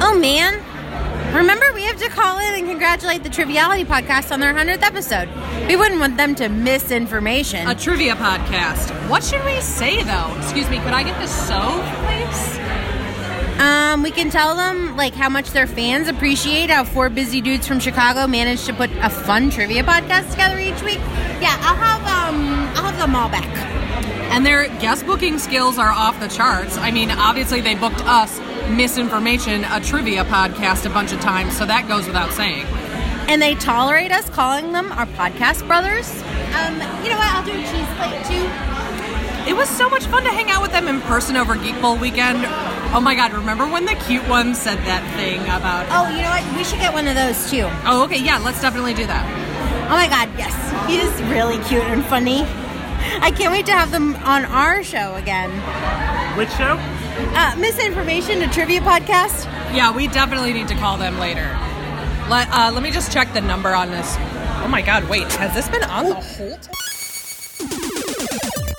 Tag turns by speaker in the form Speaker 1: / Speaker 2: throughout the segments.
Speaker 1: Oh man. Remember, we have to call in and congratulate the Triviality Podcast on their 100th episode. We wouldn't want them to miss information.
Speaker 2: A trivia podcast. What should we say though? Excuse me, could I get the so, please?
Speaker 1: Um, we can tell them like how much their fans appreciate how four busy dudes from Chicago managed to put a fun trivia podcast together each week. Yeah, I'll have um, I'll have them all back.
Speaker 2: And their guest booking skills are off the charts. I mean, obviously they booked us misinformation, a trivia podcast a bunch of times, so that goes without saying.
Speaker 1: And they tolerate us calling them our podcast brothers. Um, you know what? I'll do a cheese plate too.
Speaker 2: It was so much fun to hang out with them in person over Geek Bowl weekend. Oh my god, remember when the cute one said that thing about
Speaker 1: Oh, you know what? We should get one of those too.
Speaker 2: Oh, okay, yeah, let's definitely do that.
Speaker 1: Oh my god, yes. He is really cute and funny. I can't wait to have them on our show again.
Speaker 3: Which show?
Speaker 1: Uh, misinformation, a trivia podcast.
Speaker 2: Yeah, we definitely need to call them later. Let, uh, let me just check the number on this. Oh my god, wait, has this been on the whole time?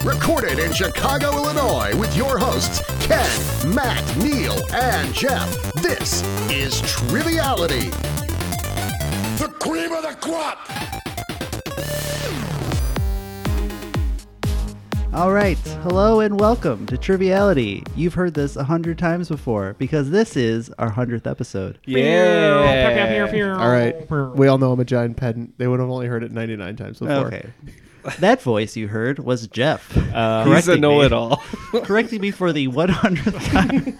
Speaker 4: Recorded in Chicago, Illinois, with your hosts, Ken, Matt, Neil, and Jeff. This is Triviality. The cream of the crop!
Speaker 5: All right, hello and welcome to Triviality. You've heard this a hundred times before because this is our hundredth episode.
Speaker 6: Yeah. All right. We
Speaker 3: Well,
Speaker 6: all know I'm a giant pedant. They would have only heard it 99 times before.
Speaker 5: Okay, that voice you heard was Jeff. Uh,
Speaker 6: He's a know-it-all.
Speaker 5: correcting me for the one hundredth time.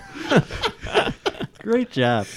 Speaker 5: Great job.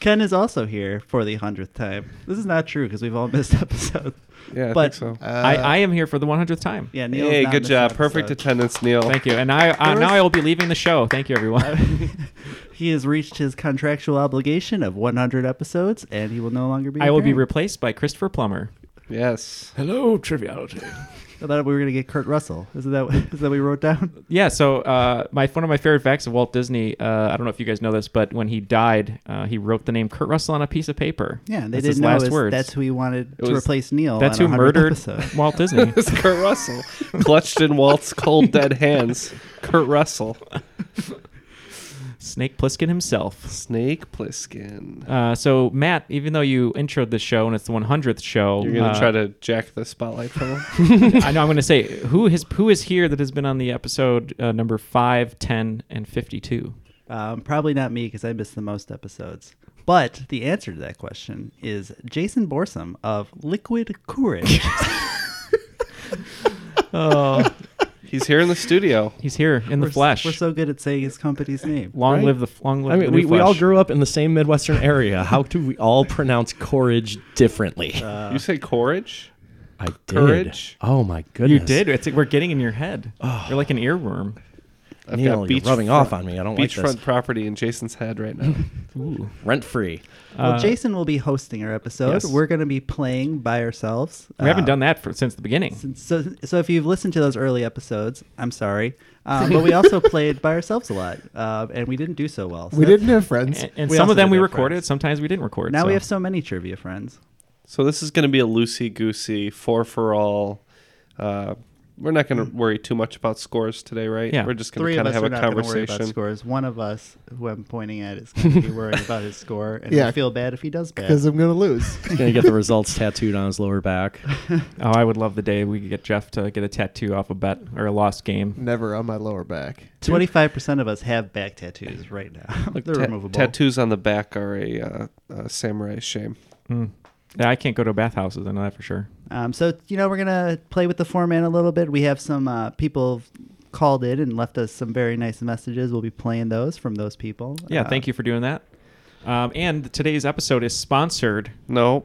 Speaker 5: Ken is also here for the hundredth time. This is not true because we've all missed episodes.
Speaker 7: Yeah, I
Speaker 5: But- Uh,
Speaker 7: think so. I, uh, I am here for the 100th time.
Speaker 5: Yeah, Neil's
Speaker 6: Hey,
Speaker 5: not
Speaker 6: good
Speaker 5: missed
Speaker 6: job.
Speaker 5: an
Speaker 6: Perfect
Speaker 5: episode.
Speaker 6: attendance, Neil.
Speaker 7: Thank you. And I uh, now I will be leaving the show. Thank you, everyone.
Speaker 5: He has reached his contractual obligation of 100 episodes, and he will no longer be.
Speaker 7: I will be
Speaker 5: appearing.
Speaker 7: replaced by Christopher Plummer.
Speaker 6: Yes.
Speaker 3: hello, Triviality.
Speaker 5: I thought we were gonna get Kurt Russell. Is that is that what we wrote down?
Speaker 7: Yeah. So uh, my one of my favorite facts of Walt Disney. Uh, I don't know if you guys know this, but when he died, uh, he wrote the name Kurt Russell on a piece of paper.
Speaker 5: Yeah, they
Speaker 7: That's
Speaker 5: didn't
Speaker 7: his
Speaker 5: know
Speaker 7: last
Speaker 5: it was-
Speaker 7: words.
Speaker 5: that's who he wanted
Speaker 7: It
Speaker 5: to
Speaker 7: was-
Speaker 5: replace Neil.
Speaker 7: That's
Speaker 5: on
Speaker 7: who
Speaker 5: our 100th
Speaker 7: murdered
Speaker 5: episode.
Speaker 7: Walt Disney.
Speaker 6: It's Kurt Russell. Clutched in Walt's cold dead hands. Kurt Russell.
Speaker 7: Snake Plissken himself.
Speaker 6: Snake Plissken.
Speaker 7: Uh, so Matt, even though you introed the show and it's the 100th show,
Speaker 6: You're going to
Speaker 7: uh,
Speaker 6: try to jack the spotlight from him?
Speaker 7: I know I'm going to say who is who is here that has been on the episode uh, number 5, 10, and 52.
Speaker 5: Um, probably not me because I missed the most episodes. But the answer to that question is Jason Borsum of Liquid Courage. Oh.
Speaker 6: He's here in the studio.
Speaker 7: He's here in the flesh.
Speaker 5: We're so good at saying his company's name.
Speaker 7: long live the long live
Speaker 8: I
Speaker 7: the
Speaker 8: mean,
Speaker 7: new
Speaker 8: we, we all
Speaker 7: flesh.
Speaker 8: grew up in the same Midwestern area. How do we all pronounce courage differently?
Speaker 6: Uh, you say courage?
Speaker 8: I did.
Speaker 6: courage?
Speaker 8: Oh my
Speaker 7: You
Speaker 8: goodness!
Speaker 7: did. It's like we're getting in your head. You're like an earworm.
Speaker 6: I've
Speaker 8: Neil, you're
Speaker 6: beach
Speaker 8: rubbing
Speaker 6: front-
Speaker 8: off on me. I don't like
Speaker 6: Beachfront
Speaker 8: this.
Speaker 6: property in Jason's head right now.
Speaker 8: Rent free.
Speaker 7: Uh,
Speaker 5: well, Jason will be hosting our episode.
Speaker 8: yes.
Speaker 5: We're going to be playing by ourselves.
Speaker 7: We
Speaker 5: Uh,
Speaker 8: Uh,
Speaker 7: haven't done that for, since the beginning.
Speaker 5: So, so if you've listened to those early episodes, I'm sorry, um, but we also played by ourselves a lot, uh, and we didn't do so well. So
Speaker 6: We
Speaker 5: that's-
Speaker 6: didn't have friends.
Speaker 7: And, and
Speaker 5: We
Speaker 7: some
Speaker 5: also
Speaker 7: of them
Speaker 5: did
Speaker 7: we
Speaker 5: have
Speaker 7: recorded.
Speaker 5: friends.
Speaker 7: Sometimes we didn't record.
Speaker 5: Now
Speaker 7: so.
Speaker 5: we have so many trivia friends.
Speaker 6: So this is going to be a loosey goosey, four for all, uh, We're not
Speaker 5: Mm.
Speaker 6: going to worry too much about scores today, right? We're just going
Speaker 5: Three
Speaker 6: to kind
Speaker 5: us
Speaker 6: of have
Speaker 5: are
Speaker 6: a
Speaker 5: not gonna Worry about
Speaker 6: conversation.
Speaker 5: scores. One of us, who I'm pointing at, is going to be worried about his score, and
Speaker 9: Yeah.
Speaker 5: I feel bad if he does bad.
Speaker 9: because I'm gonna lose.
Speaker 8: He's gonna get the results tattooed on his lower back.
Speaker 7: oh, I would love the day we could get Jeff to get a tattoo off a bet or a lost game.
Speaker 9: Never on my lower back.
Speaker 5: Twenty-five percent of us have back tattoos right now. They're
Speaker 6: Ta-
Speaker 5: removable.
Speaker 6: Tattoos on the back are a uh, uh, samurai shame.
Speaker 7: Mm. Yeah, I can't go to bathhouses. I know that for sure.
Speaker 5: Um, so you know we're gonna play with the format a little bit. We have some uh, people called in and left us some very nice messages. We'll be playing those from those people.
Speaker 7: Yeah,
Speaker 5: Uh,
Speaker 7: thank you for doing that. Um, and today's episode is sponsored.
Speaker 6: No.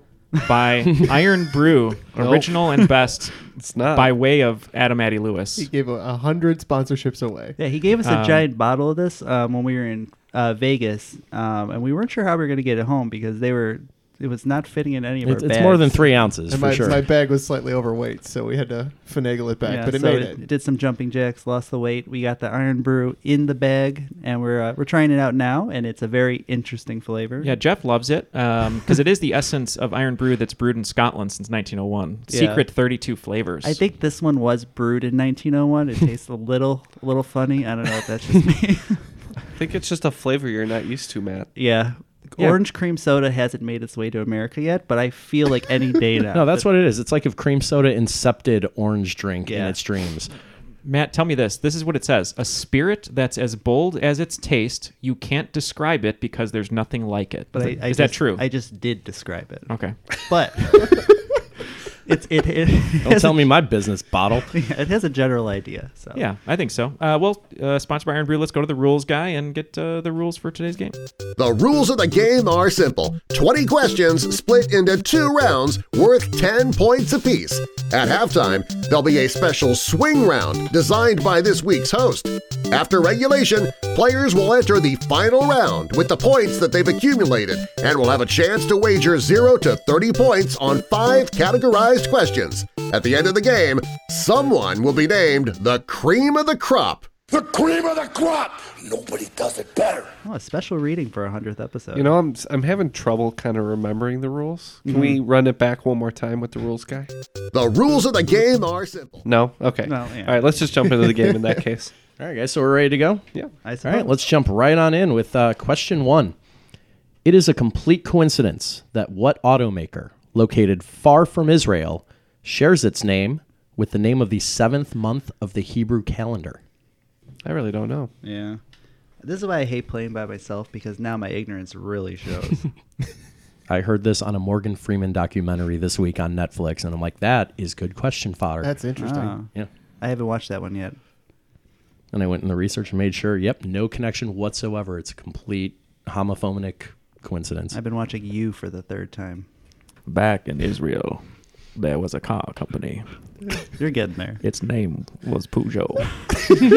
Speaker 7: By Iron Brew,
Speaker 9: No.
Speaker 7: original and best.
Speaker 6: It's not.
Speaker 7: By way of Adam Addy Lewis.
Speaker 9: He gave a- a hundred sponsorships away.
Speaker 5: Yeah, he gave us a
Speaker 7: Um,
Speaker 5: giant bottle of this um, when we were in uh, Vegas, um, and we weren't sure how we were going to get it home because they were it was not fitting in any of
Speaker 8: It's,
Speaker 5: our
Speaker 8: it's
Speaker 5: bags.
Speaker 8: more than three ounces
Speaker 9: And
Speaker 8: for
Speaker 9: my,
Speaker 8: sure.
Speaker 9: my bag was slightly overweight, so we had to finagle it back,
Speaker 5: Yeah,
Speaker 9: but it
Speaker 5: so
Speaker 9: made it.
Speaker 5: Did some jumping jacks, lost the weight. We got the Iron Brew in the bag, and we're uh, we're trying it out now, and it's a very interesting flavor.
Speaker 7: Yeah, Jeff loves it because it is the essence of Iron Brew that's brewed in Scotland since 1901.
Speaker 5: Yeah.
Speaker 7: Secret 32 flavors.
Speaker 5: I think this one was brewed in 1901. It tastes a little, a little funny. I don't know if that's just me.
Speaker 6: I think it's just a flavor you're not used to, Matt.
Speaker 5: yeah.
Speaker 6: Yeah.
Speaker 5: Orange cream soda hasn't made its way to America yet, but I feel like any day now.
Speaker 8: no, that's what it is. It's like if cream soda incepted orange drink in
Speaker 7: Yeah.
Speaker 8: its dreams.
Speaker 7: Matt, tell me this. This is what it says A spirit that's as bold as its taste. You can't describe it because there's nothing like it.
Speaker 5: But
Speaker 7: is
Speaker 5: I,
Speaker 7: that-
Speaker 5: I
Speaker 7: is
Speaker 5: just-
Speaker 7: that true?
Speaker 5: I just did describe it.
Speaker 7: Okay.
Speaker 5: But it's it. it
Speaker 8: Don't tell me my business bottle.
Speaker 5: Yeah, it has a general idea. So
Speaker 7: Yeah, I think so. Uh, well, uh, sponsored by Iron Brew, let's go to the rules guy and get uh, the rules for today's game.
Speaker 4: The rules of the game are simple 20 questions split into two rounds worth 10 points apiece. At halftime, there'll be a special swing round designed by this week's host. After regulation, players will enter the final round with the points that they've accumulated and will have a chance to wager 0 to 30 points on five categorized questions. At the end of the game, someone will be named the cream of the crop. The cream of the crop! Nobody does it better.
Speaker 5: Oh, a special reading for our hundredth episode.
Speaker 6: You know, I'm I'm having trouble kind of remembering the rules. Can
Speaker 5: Mhm.
Speaker 6: we run it back one more time with the rules guy?
Speaker 4: The rules of the game are simple.
Speaker 6: No. Okay.
Speaker 4: No, yeah.
Speaker 6: All right. Let's just jump into the game in that case.
Speaker 8: All right, guys. So we're ready to go.
Speaker 6: Yeah.
Speaker 5: I
Speaker 8: All right, let's jump right on in with uh, question one. It is a complete coincidence that what automaker located far from Israel shares its name with the name of the seventh month of the Hebrew calendar?
Speaker 6: I really don't know.
Speaker 5: Yeah. This is why I hate playing by myself because now my ignorance really shows.
Speaker 8: I heard this on a Morgan Freeman documentary this week on Netflix, and I'm like, that is good question fodder.
Speaker 9: That's interesting.
Speaker 6: Ah.
Speaker 5: Oh.
Speaker 8: Yeah.
Speaker 5: I haven't watched that one yet.
Speaker 8: And I went in the research and made sure, yep, no connection whatsoever. It's a complete homophonic coincidence.
Speaker 5: I've been watching you for the third time.
Speaker 7: Back in Israel, there was a car company.
Speaker 5: You're getting there.
Speaker 7: Its name was Peugeot.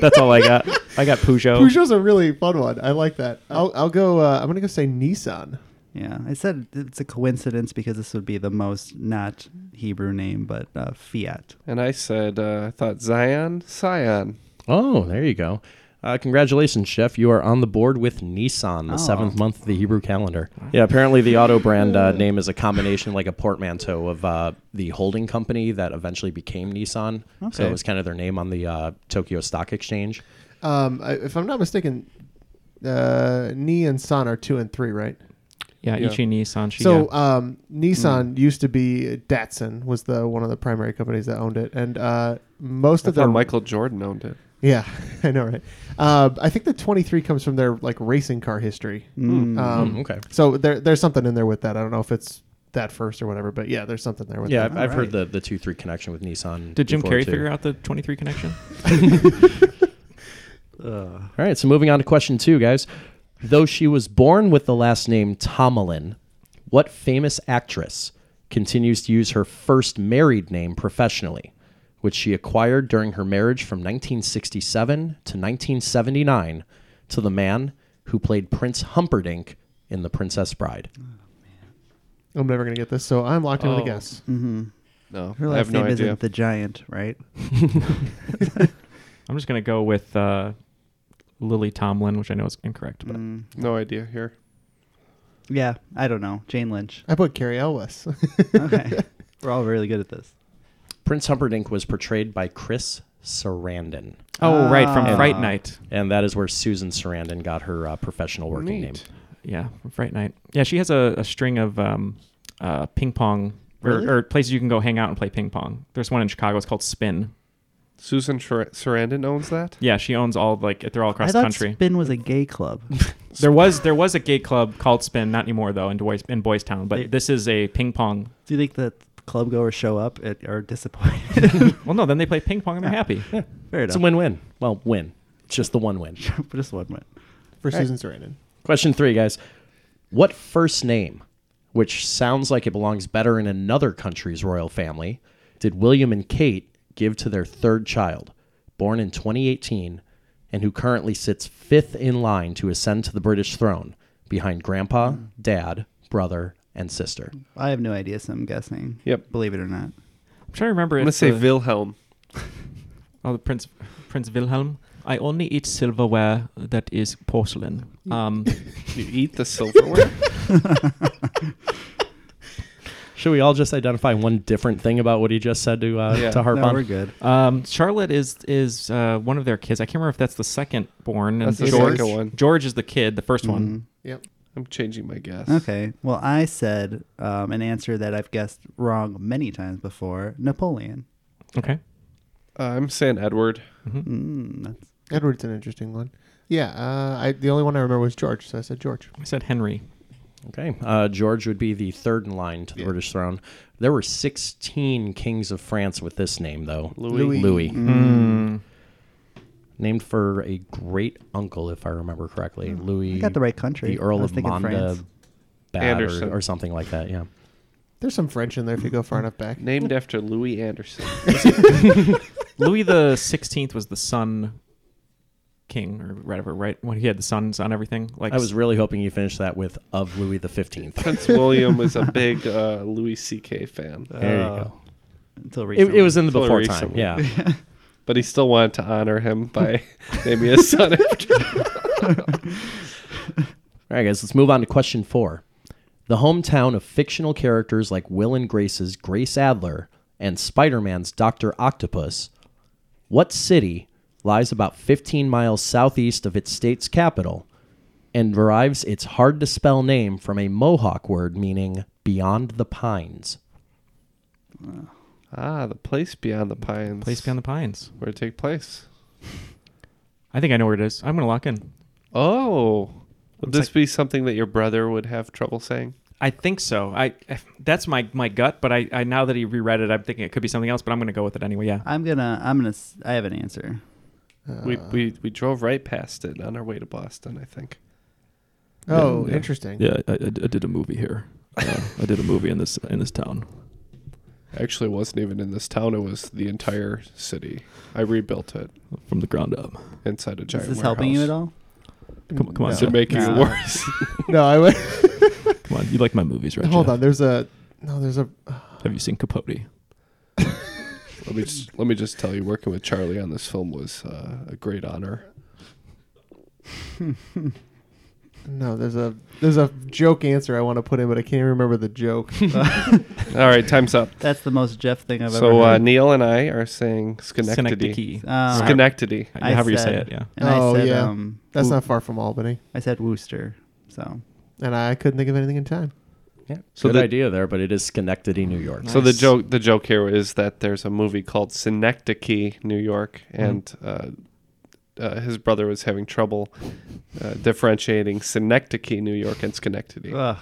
Speaker 7: That's all I got. I got Peugeot.
Speaker 9: Peugeot's a really fun one. I like that. I'll, I'll go. Uh, I'm gonna go say Nissan.
Speaker 5: Yeah, I said it's a coincidence because this would be the most not Hebrew name, but uh, Fiat.
Speaker 6: And I said uh, I thought Zion, Scion.
Speaker 8: Oh, there you go. Uh, congratulations, Chef. You are on the board with Nissan, the
Speaker 6: Oh.
Speaker 8: seventh month of the Hebrew calendar. Yeah, apparently the auto brand uh, name is a combination, like a portmanteau of uh, the holding company that eventually became Nissan. So
Speaker 9: Okay.
Speaker 8: it was kind of their name on the uh, Tokyo Stock Exchange.
Speaker 9: Um, I, if I'm not mistaken, uh, Ni and San are two and three, right?
Speaker 7: Yeah, Yeah. Ichi, Ni, San, Shi,
Speaker 9: So um, Nissan used to be Datsun was the one of the primary companies that owned it, and uh, most
Speaker 6: I
Speaker 9: of their
Speaker 6: thought Michael Jordan owned it.
Speaker 9: Yeah, I know, right? Um, I think the 23 comes from their like racing car history.
Speaker 6: Mm.
Speaker 9: Um,
Speaker 8: Mm, okay.
Speaker 9: So there, there's something in there with that. I don't know if it's that first or whatever, but yeah, there's something there with
Speaker 8: Yeah,
Speaker 9: that.
Speaker 8: I've, I've heard the, the 2 3 connection with Nissan.
Speaker 7: Did Jim
Speaker 8: before,
Speaker 7: Carrey
Speaker 8: too.
Speaker 7: figure out the 23 connection?
Speaker 6: Uh,
Speaker 8: All right, so moving on to question two, guys. Though she was born with the last name Tomalin, what famous actress continues to use her first married name professionally, which she acquired during her marriage from 1967 to 1979 to the man who played Prince Humperdinck in The Princess Bride?
Speaker 9: I'm never gonna get this, so I'm locked in with
Speaker 6: Oh.
Speaker 9: a guess.
Speaker 5: Mm-hmm.
Speaker 6: No,
Speaker 5: Her
Speaker 6: I
Speaker 5: last
Speaker 6: have no
Speaker 5: name
Speaker 6: idea.
Speaker 5: isn't the giant, right?
Speaker 7: I'm just going to go with uh, Lily Tomlin, which I know is incorrect. But
Speaker 5: Mm.
Speaker 6: No idea here.
Speaker 5: Yeah, I don't know. Jane Lynch.
Speaker 9: I put Carrie Elwes.
Speaker 5: Okay. We're all really good at this.
Speaker 8: Prince Humperdinck was portrayed by Chris Sarandon.
Speaker 7: Oh, right, from
Speaker 5: Ah.
Speaker 8: And-
Speaker 7: Fright Night.
Speaker 8: And that is where Susan Sarandon got her uh, professional working name.
Speaker 7: Yeah, from Fright Night. Yeah, she has a, a string of um, uh, ping pong or,
Speaker 6: Really?
Speaker 7: or places you can go hang out and play ping pong. There's one in Chicago. It's called Spin.
Speaker 6: Susan Sar- Sarandon owns that.
Speaker 7: Yeah, she owns all like they're all across
Speaker 5: I
Speaker 7: the
Speaker 5: thought
Speaker 7: country.
Speaker 5: Spin was a gay club.
Speaker 7: There was there was a gay club called Spin, not anymore though, in Boys in Boys Town. But this is a ping pong.
Speaker 5: Do you think that club goers show up and are disappointed?
Speaker 7: well, no, then they play ping pong and they're happy.
Speaker 5: Fair enough.
Speaker 8: It's a win-win. Well, win. It's just the one win.
Speaker 5: just one win.
Speaker 9: For
Speaker 8: All right.
Speaker 9: Susan Sarandon.
Speaker 8: Question three, guys. What first name, which sounds like it belongs better in another country's royal family, did William and Kate give to their third child, born in 2018, and who currently sits fifth in line to ascend to the British throne behind grandpa, dad, brother, and sister?
Speaker 5: I have no idea, so I'm guessing.
Speaker 6: Yep.
Speaker 5: Believe it or not.
Speaker 7: I'm trying to remember.
Speaker 6: I'm gonna
Speaker 7: if
Speaker 6: say
Speaker 7: the-
Speaker 6: Wilhelm.
Speaker 7: Oh, the Prince Prince Wilhelm. I only eat silverware that is porcelain. Um,
Speaker 6: you eat the silverware?
Speaker 8: Should we all just identify one different thing about what he just said to uh, to harp on?
Speaker 7: Um, Charlotte is is uh, one of their kids. I can't remember if that's the second born.
Speaker 6: That's the
Speaker 7: George,
Speaker 6: second one.
Speaker 7: George is the kid, the 1st
Speaker 9: Mm-hmm.
Speaker 7: one.
Speaker 9: Yep.
Speaker 6: I'm changing my guess.
Speaker 5: Okay. Well, I said um, an answer that I've guessed wrong many times before Napoleon.
Speaker 7: Okay. Mm-hmm.
Speaker 6: Uh, I'm saying Edward.
Speaker 9: Edward's an interesting one. Yeah, uh, I, the only one I remember was George, so I said George.
Speaker 7: I said Henry.
Speaker 8: Okay. Uh, George would be the third in line to the British throne. There were 16 kings of France with this name, though.
Speaker 6: Louis. Louis.
Speaker 8: Louis.
Speaker 5: Hmm.
Speaker 8: Hmm.
Speaker 6: Mm.
Speaker 8: Named for a great uncle, if I remember correctly. Louis.
Speaker 5: I Hmm. got the right country.
Speaker 8: The Earl
Speaker 5: I was
Speaker 8: of
Speaker 5: thinking France.
Speaker 8: Monda Bad
Speaker 6: Anderson.
Speaker 8: or, or something like that, yeah.
Speaker 9: There's some French in there if you go far enough back.
Speaker 6: Named after Louis Anderson.
Speaker 7: Louis the Sixteenth was the Sun King or whatever, right? When he had the suns on everything. Like
Speaker 8: I was really hoping you finished that with of Louis the 15th.
Speaker 6: Prince William is a big uh, Louis C.K. fan.
Speaker 8: There you go.
Speaker 5: Until
Speaker 8: Oh. It,
Speaker 5: recently.
Speaker 8: it was in the
Speaker 6: Until
Speaker 8: before time,
Speaker 6: recently.
Speaker 8: yeah.
Speaker 6: but he still wanted to honor him by naming his son after
Speaker 8: All right, guys, let's move on to question four. The hometown of fictional characters like Will and Grace's Grace Adler and Spider Man's Dr. Octopus, what city lies about 15 miles southeast of its state's capital and derives its hard to spell name from a Mohawk word meaning beyond the pines?
Speaker 6: Ah, the place beyond the pines.
Speaker 7: Place Beyond the Pines.
Speaker 6: Where it take place.
Speaker 7: I think I know where it is. I'm gonna lock in.
Speaker 6: Oh. Would this be something that your brother would have trouble saying?
Speaker 7: I think so. I that's my my gut, but I, I now that he reread it, I'm thinking it could be something else. But I'm gonna go with it anyway. Yeah.
Speaker 5: I'm gonna. I'm gonna. s- I have an answer.
Speaker 9: Uh,
Speaker 6: we, we we drove right past it on our way to Boston, I think.
Speaker 9: Oh, interesting.
Speaker 10: Yeah, I, I, I did a movie here. Uh, I did a movie in this in this town.
Speaker 6: Actually, it wasn't even in this town. It was the entire city. I rebuilt it
Speaker 10: from the ground up
Speaker 6: inside a
Speaker 5: Is
Speaker 6: giant.
Speaker 5: this helping you at
Speaker 6: warehouse.
Speaker 5: all?
Speaker 10: Come, come on,
Speaker 6: Is it
Speaker 10: Seth.
Speaker 6: making it
Speaker 9: No.
Speaker 6: worse?
Speaker 9: no, I went.
Speaker 10: Come on, you like my movies, right?
Speaker 9: Hold
Speaker 10: Jeff?
Speaker 9: on. There's a. No, there's a.
Speaker 10: Have you seen Capote?
Speaker 6: Let me just, let me just tell you, working with Charlie on this film was uh, a great honor.
Speaker 9: No, there's a. There's a joke answer I want to put in, but I can't remember the joke.
Speaker 6: All right, time's up.
Speaker 5: That's the most Jeff thing I've
Speaker 6: so uh,
Speaker 5: ever. heard.
Speaker 6: Neil and I are saying Schenectady.
Speaker 7: Schenectady.
Speaker 5: Uh,
Speaker 6: Schenectady.
Speaker 5: I
Speaker 7: However you say
Speaker 5: said-
Speaker 7: it, yeah.
Speaker 5: And
Speaker 9: oh
Speaker 5: I said,
Speaker 9: yeah,
Speaker 5: um,
Speaker 9: that's
Speaker 5: Wo-
Speaker 9: not far from Albany,
Speaker 5: I said Worcester. So
Speaker 9: and I couldn't think of anything in time.
Speaker 8: Yeah.
Speaker 6: So
Speaker 8: Good
Speaker 6: the-
Speaker 8: idea there, but it is Schenectady, New York.
Speaker 6: So the joke the joke here is that there's a movie called Synecdoche, New York, and uh, uh, his brother was having trouble uh, differentiating Synecdoche, New York, and Schenectady.
Speaker 5: Ugh.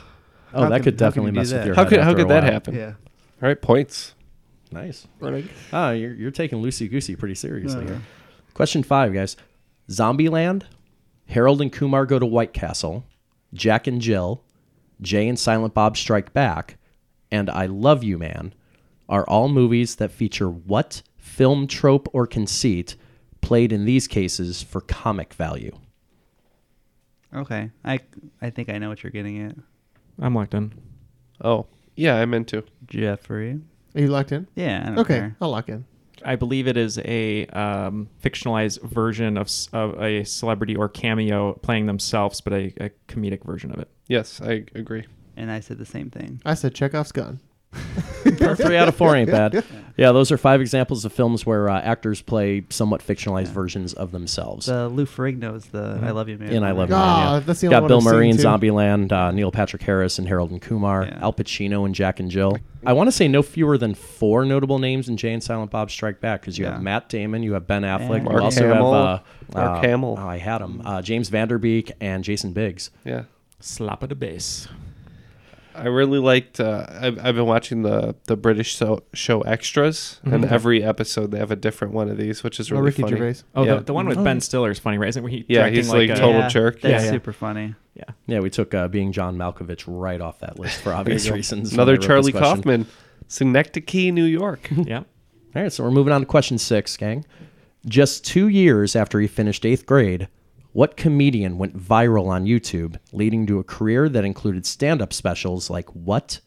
Speaker 8: Oh,
Speaker 5: How
Speaker 8: that
Speaker 5: can-
Speaker 8: could
Speaker 5: how can
Speaker 8: definitely
Speaker 5: you do
Speaker 8: mess with
Speaker 5: that?
Speaker 8: your
Speaker 6: how
Speaker 8: head
Speaker 6: could how
Speaker 8: after a
Speaker 6: could that
Speaker 8: while.
Speaker 6: happen?
Speaker 5: Yeah.
Speaker 6: All right, points.
Speaker 8: Nice.
Speaker 6: Running.
Speaker 8: Ah, you're, you're taking loosey goosey pretty seriously
Speaker 5: Yeah.
Speaker 8: here. Question five, guys. Zombieland, Harold and Kumar go to White Castle, Jack and Jill, Jay and Silent Bob Strike Back, and I Love You Man are all movies that feature what film trope or conceit played in these cases for comic value?
Speaker 5: okay, I I think I know what you're getting at,
Speaker 7: I'm locked in.
Speaker 6: Oh, yeah, I'm into.
Speaker 5: Jeffrey.
Speaker 9: Are you locked in?
Speaker 5: Yeah. I don't
Speaker 9: Okay,
Speaker 5: care.
Speaker 9: I'll lock in.
Speaker 7: I believe it is a um, fictionalized version of, s- of a celebrity or cameo playing themselves, but a, a comedic version of it.
Speaker 6: Yes, I agree.
Speaker 5: And I said the same thing.
Speaker 9: I said Chekhov's gun.
Speaker 8: Three out of four ain't bad. Yeah, those are five examples of films where uh, actors play somewhat fictionalized versions of themselves.
Speaker 5: The Lou Ferrigno is
Speaker 7: Mm-hmm.
Speaker 5: the I Love You Man.
Speaker 8: And I love
Speaker 5: Ah,
Speaker 8: you. Man, yeah.
Speaker 5: that's the only
Speaker 8: Got
Speaker 5: one
Speaker 8: Bill
Speaker 5: I've
Speaker 8: Murray in
Speaker 5: seen, too.
Speaker 8: Zombieland, uh, Neil Patrick Harris and Harold and Kumar, Al Pacino and Jack and Jill. I want to say no fewer than four notable names in Jay and Silent Bob Strike Back because you have Matt Damon, you have Ben Affleck,
Speaker 6: Mark
Speaker 8: you also
Speaker 6: Hamill.
Speaker 8: have uh,
Speaker 6: Mark
Speaker 8: uh,
Speaker 6: Hamill.
Speaker 8: oh, I had him. Uh, James Vanderbeek and Jason Biggs.
Speaker 6: Yeah.
Speaker 7: Slap of the bass.
Speaker 6: I really liked. Uh, I've, I've been watching the the British so, show Extras, and
Speaker 8: Mm-hmm.
Speaker 7: Mhm.
Speaker 6: every episode they have a different one of these, which is
Speaker 7: Oh,
Speaker 6: really
Speaker 7: Ricky
Speaker 6: funny.
Speaker 7: Gervais. Oh, the- the one with Oh, Ben yeah. Stiller is funny, right? Isn't he
Speaker 6: yeah,
Speaker 7: directing
Speaker 6: he's
Speaker 7: like
Speaker 6: like,
Speaker 7: a-
Speaker 6: total
Speaker 7: Yeah,
Speaker 6: jerk.
Speaker 7: that's
Speaker 6: yeah.
Speaker 7: super
Speaker 5: funny.
Speaker 7: Yeah.
Speaker 8: Yeah, we took uh, Being John Malkovich right off that list for obvious
Speaker 6: There you go.
Speaker 8: reasons. when I
Speaker 6: Another
Speaker 8: wrote this
Speaker 6: Charlie
Speaker 8: question.
Speaker 6: Kaufman, Synecdoche, New York.
Speaker 7: yeah.
Speaker 8: All right, so we're moving on to question six, gang. Just two years after he finished eighth grade, what comedian went viral on YouTube, leading to a career that included stand up specials like What,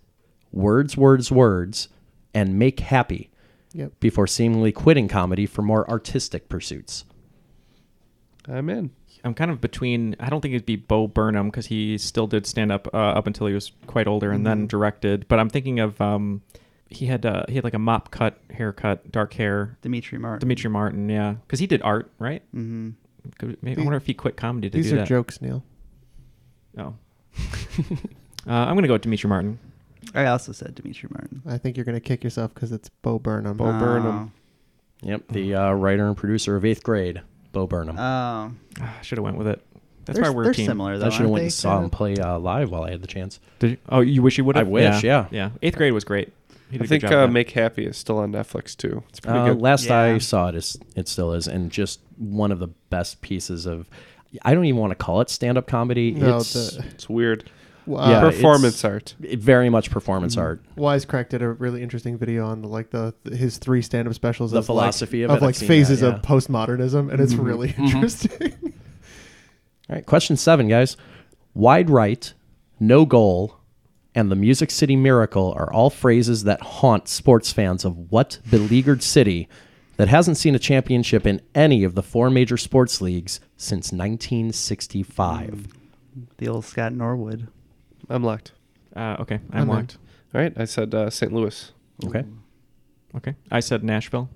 Speaker 8: Words, Words, Words, and Make Happy,
Speaker 9: Yep.
Speaker 8: before seemingly quitting comedy for more artistic pursuits?
Speaker 6: I'm in.
Speaker 7: I'm kind of between. I don't think it'd be Bo Burnham because he still did stand up uh, up until he was quite older and
Speaker 6: Mm-hmm.
Speaker 7: then directed. But I'm thinking of um, he had uh, he had like a mop cut haircut, dark hair.
Speaker 5: Dimitri Martin.
Speaker 7: Dimitri Martin, yeah, because he did art, right?
Speaker 5: Mhm.
Speaker 7: Could- Maybe, I wonder if he quit comedy to
Speaker 9: These
Speaker 7: do
Speaker 9: are
Speaker 7: that.
Speaker 9: jokes, Neil.
Speaker 7: Oh, uh, I'm gonna go with Dimitri Martin.
Speaker 5: I also said Dimitri Martin.
Speaker 9: I think you're gonna kick yourself because it's Bo Burnham.
Speaker 5: Bo Oh. Burnham.
Speaker 8: Yep, the uh, writer and producer of eighth grade, Bo Burnham.
Speaker 5: Oh.
Speaker 7: Should have Ah, went with it. That's
Speaker 5: They're-
Speaker 7: my word
Speaker 5: they're
Speaker 7: team.
Speaker 5: similar, though,
Speaker 8: I should have
Speaker 5: aren't
Speaker 8: went
Speaker 5: they,
Speaker 8: and saw
Speaker 5: kinda?
Speaker 8: him play uh, live while I had the chance.
Speaker 7: Did you, oh, you wish you would have.
Speaker 8: I wish, yeah.
Speaker 7: yeah. Eighth grade was great. He did
Speaker 6: I
Speaker 7: a good
Speaker 6: think
Speaker 7: job with
Speaker 6: uh,
Speaker 7: that.
Speaker 6: Make Happy is still on Netflix too. It's pretty
Speaker 8: Uh,
Speaker 6: good.
Speaker 8: last I saw it, is, it still is, and just one of the best pieces of. I don't even want to call it stand-up comedy.
Speaker 9: No,
Speaker 8: it's,
Speaker 9: the-
Speaker 6: It's weird.
Speaker 9: Wow.
Speaker 8: it's
Speaker 6: Performance art.
Speaker 8: Very much performance
Speaker 5: Mm-hmm.
Speaker 9: Mhm.
Speaker 8: art.
Speaker 9: Wisecrack did a really interesting video on the, like the th- his three stand-up specials.
Speaker 8: The
Speaker 9: as, like-
Speaker 8: philosophy of it,
Speaker 9: of
Speaker 8: I've
Speaker 9: like
Speaker 8: seen
Speaker 9: phases
Speaker 8: that,
Speaker 9: of postmodernism, and it's
Speaker 8: Mhm.
Speaker 9: really
Speaker 8: Mhm.
Speaker 9: interesting.
Speaker 8: All right, question seven, guys. Wide right, no goal, and the Music City Miracle are all phrases that haunt sports fans of what beleaguered city that hasn't seen a championship in any of the four major sports leagues since 1965.
Speaker 5: The old Scott Norwood.
Speaker 6: I'm locked.
Speaker 7: Uh, okay, I'm,
Speaker 6: in.
Speaker 7: locked.
Speaker 6: All right, I said uh, St. Louis.
Speaker 8: Okay.
Speaker 7: Okay, I said Nashville.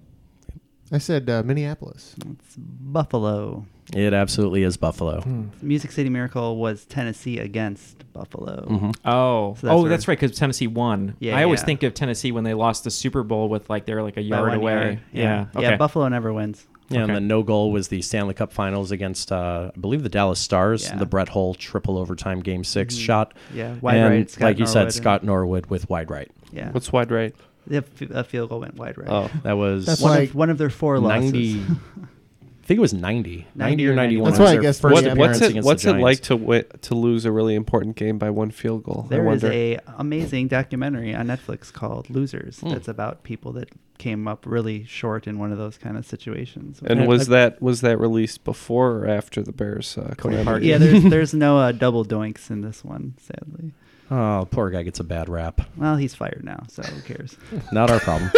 Speaker 9: I said uh, Minneapolis.
Speaker 5: Buffalo.
Speaker 8: It absolutely is Buffalo.
Speaker 5: Music City Miracle was Tennessee against Buffalo.
Speaker 8: Mhm.
Speaker 7: Oh,
Speaker 5: So
Speaker 7: oh,
Speaker 5: where-
Speaker 7: that's right. Because Tennessee won.
Speaker 5: Yeah,
Speaker 7: I always
Speaker 5: yeah.
Speaker 7: think of Tennessee when they lost the Super Bowl with like they're like a
Speaker 5: By
Speaker 7: yard
Speaker 5: one
Speaker 7: away.
Speaker 5: yard,
Speaker 7: Yeah.
Speaker 5: Yeah.
Speaker 7: okay.
Speaker 5: Buffalo never wins.
Speaker 8: Yeah,
Speaker 7: Okay.
Speaker 8: and the no goal was the Stanley Cup Finals against, uh, I believe, the Dallas Stars. The Brett Hull triple overtime Game 6
Speaker 5: Mhm.
Speaker 8: shot.
Speaker 5: Yeah, wide
Speaker 8: and,
Speaker 5: right, Scott
Speaker 8: like you
Speaker 5: Norwood.
Speaker 8: said, Scott Norwood with wide right.
Speaker 5: Yeah.
Speaker 6: What's wide right?
Speaker 5: The f- a field goal went wide right.
Speaker 8: Oh, that was
Speaker 5: one, of, one of their four losses.
Speaker 8: 90 I think it was 90. 90 or 91.
Speaker 9: That's what I
Speaker 8: It was their
Speaker 9: guessed.
Speaker 8: First
Speaker 9: Yeah,
Speaker 6: What,
Speaker 8: appearance
Speaker 6: what's it?
Speaker 8: against
Speaker 6: What's
Speaker 8: the
Speaker 6: it like
Speaker 8: Giants.
Speaker 6: to win, to lose a really important game by one field goal? I
Speaker 5: There is
Speaker 6: wonder.
Speaker 5: a amazing documentary on Netflix called Losers that's about people that came up really short in one of those kind of situations.
Speaker 6: and was that was that released before or after the Bears? Uh, calamity?
Speaker 5: Yeah, there's there's no uh, double doinks in this one, sadly.
Speaker 8: Oh, poor guy gets a bad rap.
Speaker 5: Well, he's fired now, so who cares?
Speaker 8: Not our problem.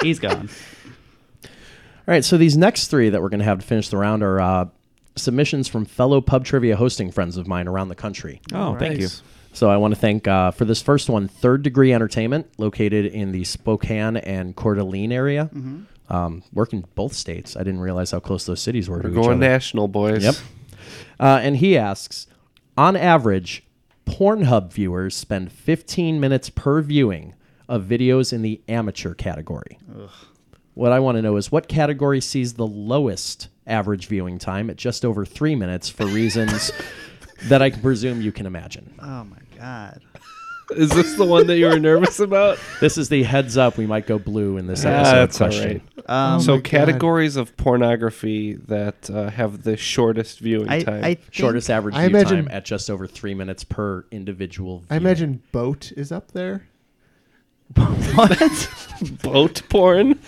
Speaker 5: he's gone.
Speaker 8: All right, so these next three that we're going to have to finish the round are uh, submissions from fellow pub trivia hosting friends of mine around the country.
Speaker 7: Oh, thank you. Nice.
Speaker 8: So I want to thank uh, for this first one, Third Degree Entertainment, located in the Spokane and Coeur d'Alene area. Um, work in both states. I didn't realize how close those cities were.
Speaker 6: We're
Speaker 8: to each
Speaker 6: going
Speaker 8: other.
Speaker 6: national, boys.
Speaker 8: Yep. Uh, and he asks, on average, Pornhub viewers spend 15 minutes per viewing of videos in the amateur category. What I want to know is what category sees the lowest average viewing time at just over three minutes for reasons that I can presume you can imagine.
Speaker 5: Oh my god.
Speaker 6: Is this the one that you were nervous about?
Speaker 8: This is the heads up we might go blue in this
Speaker 6: Ah,
Speaker 8: episode
Speaker 6: that's
Speaker 8: question.
Speaker 6: all right.
Speaker 8: Oh
Speaker 6: so categories of pornography that uh, have the shortest viewing
Speaker 8: I-
Speaker 6: time,
Speaker 8: I Shortest think- average
Speaker 9: I view imagine-
Speaker 8: time at just over three minutes per individual.
Speaker 9: I imagine boat is up there.
Speaker 6: boat porn.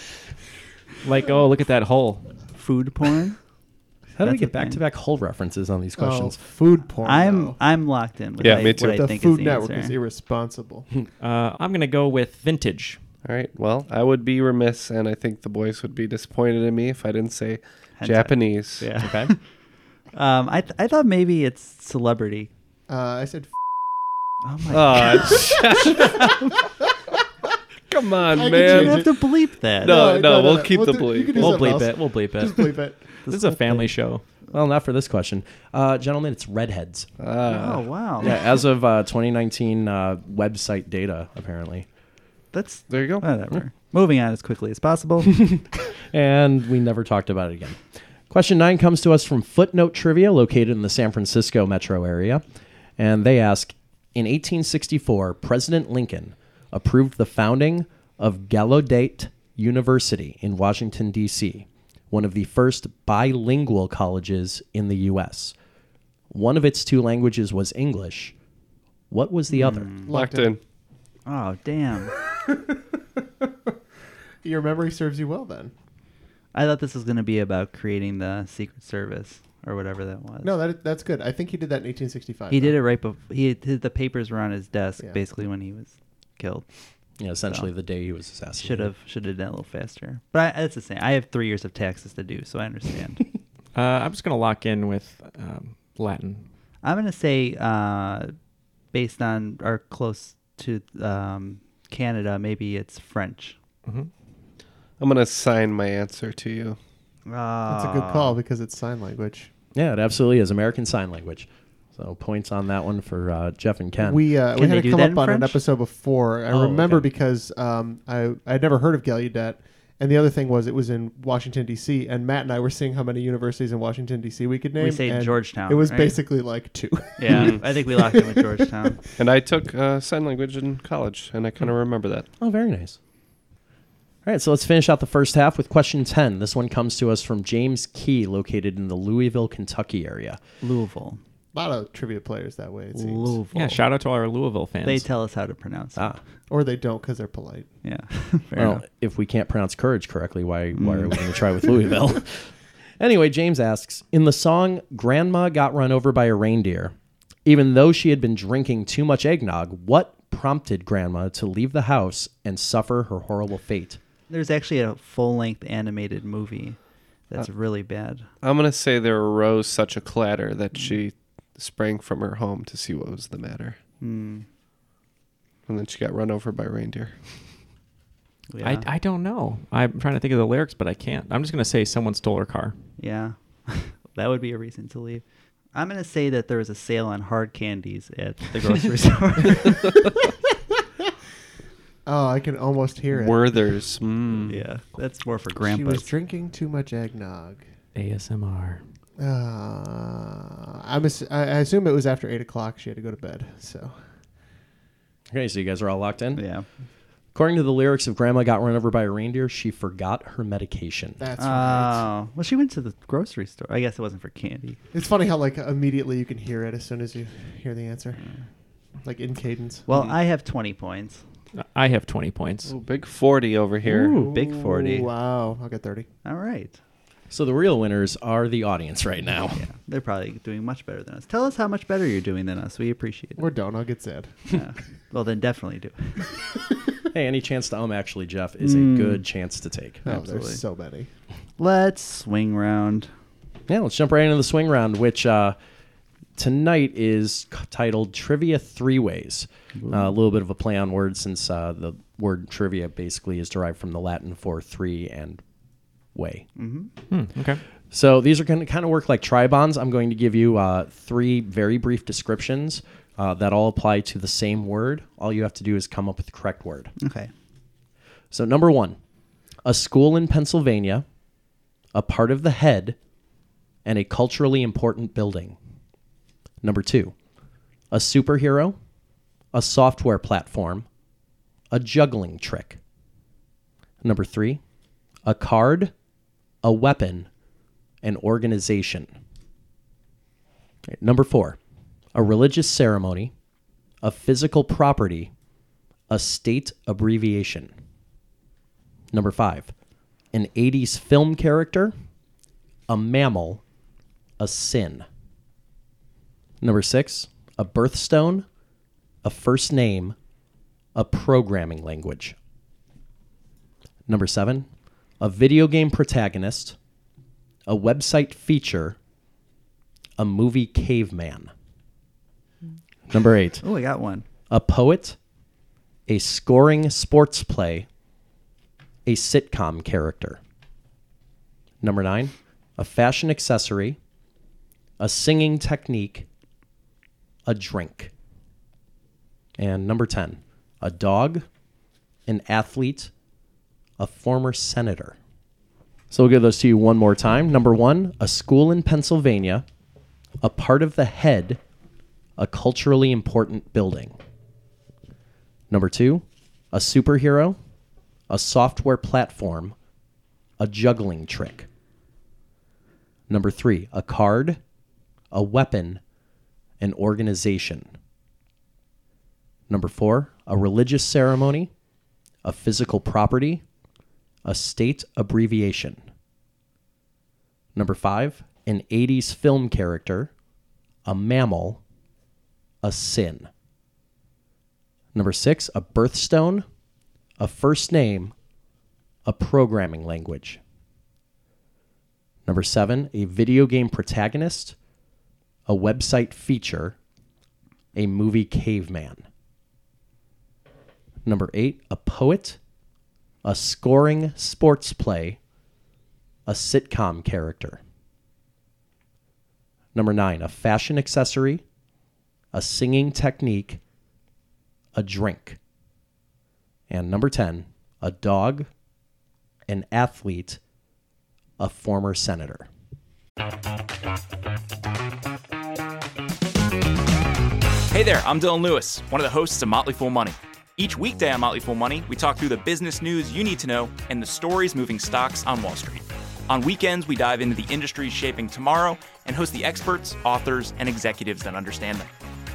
Speaker 7: Like, oh, look at that hole.
Speaker 5: Food porn.
Speaker 8: How do we
Speaker 5: That's a
Speaker 8: get back to back whole references on these
Speaker 9: Oh,
Speaker 8: questions?
Speaker 9: food porn.
Speaker 5: I'm
Speaker 9: though.
Speaker 5: I'm locked in. With
Speaker 6: Yeah,
Speaker 5: I-
Speaker 6: me too.
Speaker 5: What I
Speaker 9: the
Speaker 5: think
Speaker 9: Food
Speaker 5: is the
Speaker 9: Network
Speaker 5: answer.
Speaker 9: is irresponsible.
Speaker 7: Uh, I'm gonna go with vintage.
Speaker 6: All right. Well, I would be remiss, and I think the boys would be disappointed in me if I didn't say
Speaker 5: Hentai.
Speaker 6: Japanese.
Speaker 5: Yeah.
Speaker 8: Okay.
Speaker 5: um, I th- I thought maybe it's celebrity.
Speaker 9: Uh, I said.
Speaker 5: Oh my
Speaker 6: Aw,
Speaker 5: god.
Speaker 6: Come on,
Speaker 8: I
Speaker 6: man.
Speaker 8: can change You have it. to bleep that.
Speaker 6: No,
Speaker 8: No,
Speaker 6: no,
Speaker 8: no, no,
Speaker 6: we'll
Speaker 8: no.
Speaker 6: keep
Speaker 8: We'll
Speaker 6: the
Speaker 8: do- you
Speaker 6: bleep.
Speaker 8: can do
Speaker 6: We'll
Speaker 8: something
Speaker 6: bleep
Speaker 8: else.
Speaker 6: it. We'll bleep it.
Speaker 8: Just bleep it.
Speaker 7: This is a family show.
Speaker 8: Well, not for this question. Uh, gentlemen, it's redheads. Ah.
Speaker 5: Oh, wow.
Speaker 8: Yeah, as of uh, 2019 uh, website data, apparently.
Speaker 5: That's
Speaker 6: there you go.
Speaker 5: Whatever. Moving on as quickly as possible.
Speaker 8: and we never talked about it again. Question nine comes to us from Footnote Trivia, located in the San Francisco metro area. And they ask In 1864, President Lincoln approved the founding of Gallaudet University in Washington, D.C., one of the first bilingual colleges in the U.S. One of its two languages was English. What was the other?
Speaker 6: Hmm. Locked in.
Speaker 5: Oh, damn.
Speaker 9: Your memory serves you well then.
Speaker 5: I thought this was going to be about creating the Secret Service or whatever that was.
Speaker 9: No, that that's good. I think he did that in 1865.
Speaker 5: He
Speaker 9: though.
Speaker 5: did it right before. He his, the papers were on his desk
Speaker 9: Yeah.
Speaker 5: basically when he was killed.
Speaker 8: Yeah, essentially the day he was assassinated.
Speaker 5: Should have should have done it a little faster. But I, that's the same. I have three years of taxes to do, so I understand.
Speaker 7: Uh, I'm just gonna lock in with um, Latin.
Speaker 5: I'm gonna say, uh, based on or close to um, Canada, maybe it's French.
Speaker 8: Mm-hmm.
Speaker 6: I'm gonna sign my answer to you.
Speaker 9: That's a
Speaker 5: Ah.
Speaker 9: good call because it's sign language.
Speaker 8: Yeah, it absolutely is American Sign Language. So points on that one for uh, Jeff and Ken.
Speaker 9: We uh, we had to come up on an
Speaker 8: French?
Speaker 9: episode before. I
Speaker 8: Oh,
Speaker 9: remember because um, I I had never heard of Gallaudet, and the other thing was it was in Washington D.C. and Matt and I were seeing how many universities in Washington D.C. we could name.
Speaker 5: we say
Speaker 9: and
Speaker 5: Georgetown.
Speaker 9: It was
Speaker 5: right?
Speaker 9: basically like two.
Speaker 5: Yeah, I think we locked in with Georgetown. Hmm.
Speaker 6: And I took uh, sign language in college, and I kind of remember that.
Speaker 8: Oh, very nice. All right, so let's finish out the first half with question 10. This one comes to us from James Key, located in the Louisville, Kentucky area.
Speaker 5: Louisville.
Speaker 9: a lot of trivia players that way. It seems.
Speaker 5: Louisville.
Speaker 7: Yeah, shout out to our Louisville fans. Ah.
Speaker 5: They tell us how to pronounce it.
Speaker 9: Or they don't because they're polite.
Speaker 5: Yeah.
Speaker 8: well, if we can't pronounce courage correctly, why, why
Speaker 5: Mm.
Speaker 8: are we going to try with Louisville? anyway, James asks In the song Grandma Got Run Over by a Reindeer, even though she had been drinking too much eggnog, what prompted Grandma to leave the house and suffer her horrible fate?
Speaker 5: There's actually a full length animated movie that's really bad.
Speaker 6: I'm gonna say there arose such a clatter that she sprang from her home to see what was the matter,
Speaker 5: Hmm.
Speaker 6: and then she got run over by reindeer.
Speaker 7: I, I don't know. I'm trying to think of the lyrics, but I can't. I'm just gonna say someone stole her car.
Speaker 5: Yeah. that would be a reason to leave. I'm going to say that there was a sale on hard candies at the grocery store.
Speaker 9: Oh, I can almost hear it.
Speaker 6: Werther's. Mm.
Speaker 5: Yeah, that's more for
Speaker 9: She
Speaker 5: grandpa.
Speaker 9: was drinking too much eggnog.
Speaker 7: ASMR.
Speaker 9: Uh, I'm ass- I I assume it was after eight o'clock. She had to go to bed. So
Speaker 8: Okay, so you guys are all locked in?
Speaker 5: Yeah.
Speaker 8: According to the lyrics of Grandma Got Run Over by a Reindeer, she forgot her medication.
Speaker 9: that's
Speaker 5: oh, well, she went to the grocery store. I guess it wasn't for candy.
Speaker 9: It's funny how like immediately you can hear it as soon as you hear the answer, like in cadence. Mm-hmm.
Speaker 5: Well,
Speaker 7: Mm-hmm.
Speaker 5: I have 20 points.
Speaker 7: I have 20 points.
Speaker 6: Ooh, big forty over here.
Speaker 5: Ooh, big 40.
Speaker 9: Wow, I'll get thirty.
Speaker 5: All right.
Speaker 8: So the real winners are the audience right now.
Speaker 5: They're probably doing much better than us. Tell us how much better you're doing than us. We appreciate it.
Speaker 9: Or don't. I'll get sad.
Speaker 5: Yeah. well, then definitely do.
Speaker 8: Hey, any chance to um actually Jeff is
Speaker 5: Mm.
Speaker 8: a good chance to take.
Speaker 9: Oh, there's so many.
Speaker 5: Let's swing round.
Speaker 8: Yeah, let's jump right into the swing round, which uh, tonight is c- titled Trivia Three Ways. Uh, a little bit of a play on words since uh, the word trivia basically is derived from the Latin for three and way.
Speaker 7: okay.
Speaker 8: So these are going to kind of work like tribons. I'm going to give you uh, three very brief descriptions uh, that all apply to the same word. All you have to do is come up with the correct word.
Speaker 5: Okay.
Speaker 8: So, number one, a school in Pennsylvania, a part of the head, and a culturally important building. Number two, a superhero, a software platform, a juggling trick. Number three, a card, a weapon, an organization. Okay, Number four, a religious ceremony, a physical property, a state abbreviation. Number five, an 80s film character, a mammal, a sin. Number six, a birthstone, a first name, a programming language. Number seven, a video game protagonist, a website feature, a movie caveman. Number eight,
Speaker 5: Oh, I got one.
Speaker 8: a poet, a scoring sports play, a sitcom character. Number nine, a fashion accessory, a singing technique, a drink. And number 10, a dog, an athlete, a former senator. So we'll give those to you one more time. Number one, a school in Pennsylvania, a part of the head, a culturally important building. Number two, a superhero, a software platform, a juggling trick. Number three, a card, a weapon, an organization. Number four, a religious ceremony, a physical property, a state abbreviation. Number five, an 80s film character, a mammal, a sin. Number six, a birthstone, a first name, a programming language. Number seven, a video game protagonist, a website feature, a movie caveman. Number eight, a poet, a scoring sports play, a sitcom character. Number nine, a fashion accessory, a singing technique, a drink. And number 10, a dog, an athlete, a former senator.
Speaker 11: Hey there, I'm Dylan Lewis, one of the hosts of Motley Fool Money. Each weekday on Motley Fool Money, we talk through the business news you need to know and the stories moving stocks on Wall Street. On weekends, we dive into the industries shaping tomorrow and host the experts, authors, and executives that understand them.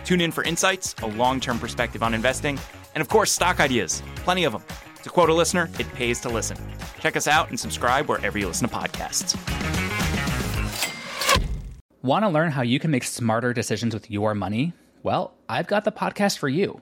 Speaker 11: Tune in for insights, a long term perspective on investing, and of course, stock ideas. Plenty of them. To quote a listener, it pays to listen. Check us out and subscribe wherever you listen to podcasts.
Speaker 12: Want to learn how you can make smarter decisions with your money? Well, I've got the podcast for you.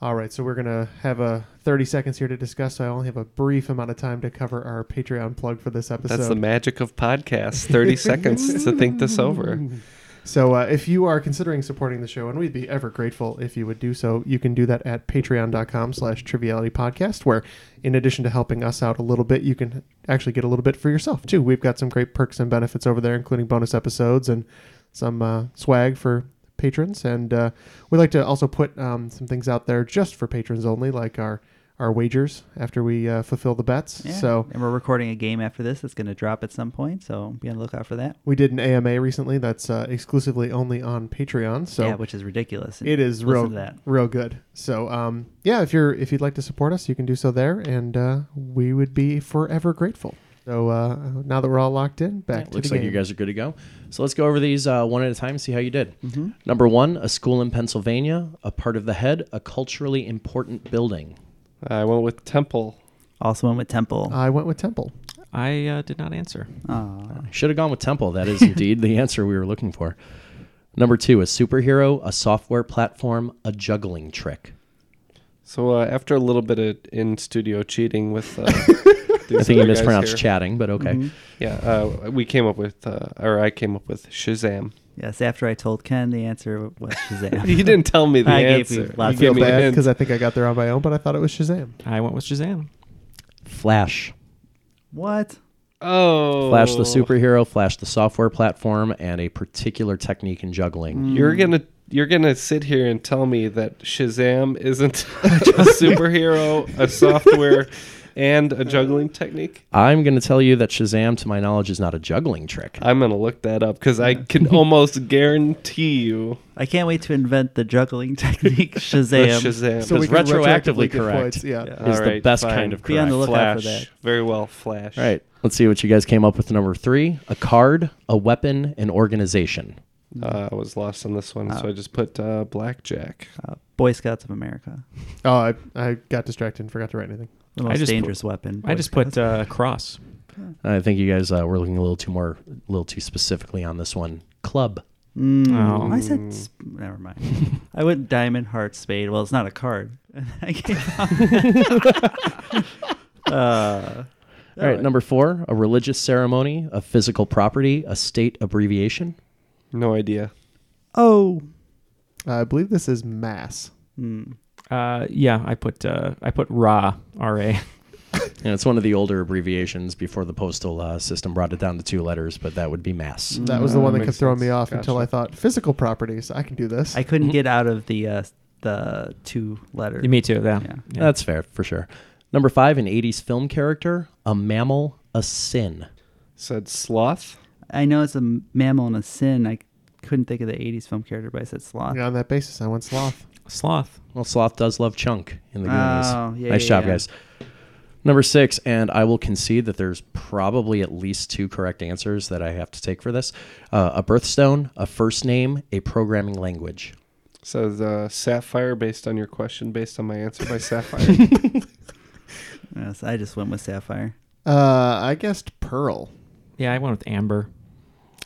Speaker 9: All right, so we're gonna have a thirty seconds here to discuss. So I only have a brief amount of time to cover our Patreon plug for this episode.
Speaker 6: That's the magic of podcasts. 30 seconds to think this over.
Speaker 9: So uh, if you are considering supporting the show, and we'd be ever grateful if you would do so, you can do that at patreon.com slash triviality podcast, where in addition to helping us out a little bit, you can actually get a little bit for yourself too. We've got some great perks and benefits over there, including bonus episodes and some uh, swag for patrons. And uh, we like to also put um, some things out there just for patrons only, like our our wagers after we uh, fulfill the bets.
Speaker 5: Yeah.
Speaker 9: So
Speaker 5: and we're recording a game after this that's going to drop at some point, so be on the lookout for that.
Speaker 9: We did an AMA recently that's uh, exclusively only on Patreon. So
Speaker 5: Yeah, which is ridiculous.
Speaker 9: It is
Speaker 5: Listen
Speaker 9: real,
Speaker 5: to that.
Speaker 9: real good. So um, yeah, if you're if you'd like to support us, you can do so there, and uh, we would be forever grateful. So uh, now that we're all locked in, back to
Speaker 8: looks
Speaker 9: the
Speaker 8: like you
Speaker 9: game.
Speaker 8: guys are good to go. So let's go over these uh, one at a time, see how you did.
Speaker 9: Mm-hmm.
Speaker 8: Number one, a school in Pennsylvania, a part of the head, a culturally important building.
Speaker 6: I went with Temple.
Speaker 5: Also went with Temple.
Speaker 6: Uh,
Speaker 9: I went with Temple.
Speaker 7: I uh, did not answer.
Speaker 8: Should have gone with Temple. That is indeed the answer we were looking for. Number two, a superhero, a software platform, a juggling trick.
Speaker 6: So uh, after a little bit of in studio cheating with, uh,
Speaker 8: I think you mispronounced chatting, but okay.
Speaker 5: Mm-hmm.
Speaker 8: Mhm.
Speaker 6: Yeah, uh, we came up with, uh, or I came up with Shazam.
Speaker 5: Yes, after I told Ken the answer was Shazam.
Speaker 6: You didn't tell me the
Speaker 5: I Gave
Speaker 6: answer.
Speaker 5: you lots
Speaker 9: I
Speaker 5: of
Speaker 9: feel
Speaker 5: hints.
Speaker 9: bad because I think I got there on my own, but I thought it was Shazam.
Speaker 7: I went with Shazam.
Speaker 8: Flash.
Speaker 5: What?
Speaker 6: Oh,
Speaker 8: Flash the superhero, Flash the software platform, and a particular technique in juggling.
Speaker 6: You're
Speaker 5: Hmm.
Speaker 6: gonna you're gonna sit here and tell me that Shazam isn't a superhero, a software and a juggling technique.
Speaker 8: I'm going to tell you that Shazam, to my knowledge, is not a juggling trick.
Speaker 6: I'm going to look that up because I can almost guarantee you.
Speaker 5: I can't wait to invent the juggling technique Shazam.
Speaker 6: The Shazam.
Speaker 8: So
Speaker 6: Is
Speaker 8: we can retroactively get points, yeah. Is the best kind of
Speaker 5: Be on the
Speaker 8: correct.
Speaker 5: lookout for
Speaker 6: Flash.
Speaker 5: that.
Speaker 6: Very well, Flash.
Speaker 8: All right. Let's see what you guys came up with. Number three a card, a weapon, an organization.
Speaker 6: Uh, I was lost on this one, so I just put uh, blackjack.
Speaker 5: uh, Boy Scouts of America.
Speaker 9: Oh, I, I got distracted and forgot to write anything.
Speaker 5: The most dangerous weapon.
Speaker 7: I just put uh, cross.
Speaker 9: Hmm.
Speaker 8: I think you guys uh, were looking a little too more, a little too specifically on this one. Club.
Speaker 9: Hmm.
Speaker 5: Mm,
Speaker 8: Oh.
Speaker 5: I said, s- never mind. I went diamond, heart, spade. Well, it's not a card. I gave up. uh,
Speaker 8: All right, number four, a religious ceremony, a physical property, a state abbreviation.
Speaker 6: No idea.
Speaker 5: Oh.
Speaker 9: I believe this is mass.
Speaker 5: Hmm.
Speaker 7: Uh, yeah, I put uh, I put Ra R A.
Speaker 8: And it's one of the older abbreviations before the postal uh, system brought it down to two letters, but that would be mass.
Speaker 9: That was the one that kept throwing me off until I thought physical properties. I can do this.
Speaker 5: I
Speaker 8: Mm-hmm.
Speaker 5: couldn't get out of the uh, the two letters.
Speaker 8: That's fair for sure. Number five, an 80s film character, a mammal, a sin.
Speaker 6: Said sloth.
Speaker 5: I know it's a m- mammal and a sin. I couldn't think of the '80s film character, but I said sloth.
Speaker 9: Yeah, on that basis, I went sloth.
Speaker 7: Sloth.
Speaker 8: Well, sloth does love chunk in the Goonies.
Speaker 5: Oh, yeah,
Speaker 8: nice
Speaker 5: yeah,
Speaker 8: job,
Speaker 5: yeah.
Speaker 8: guys. Number six, and I will concede that there's probably at least two correct answers that I have to take for this: uh, a birthstone, a first name, a programming language.
Speaker 6: So the sapphire, based on your question, based on my answer by sapphire.
Speaker 5: Yes, I just went with sapphire.
Speaker 9: Uh, I guessed pearl.
Speaker 7: Yeah, I went with amber.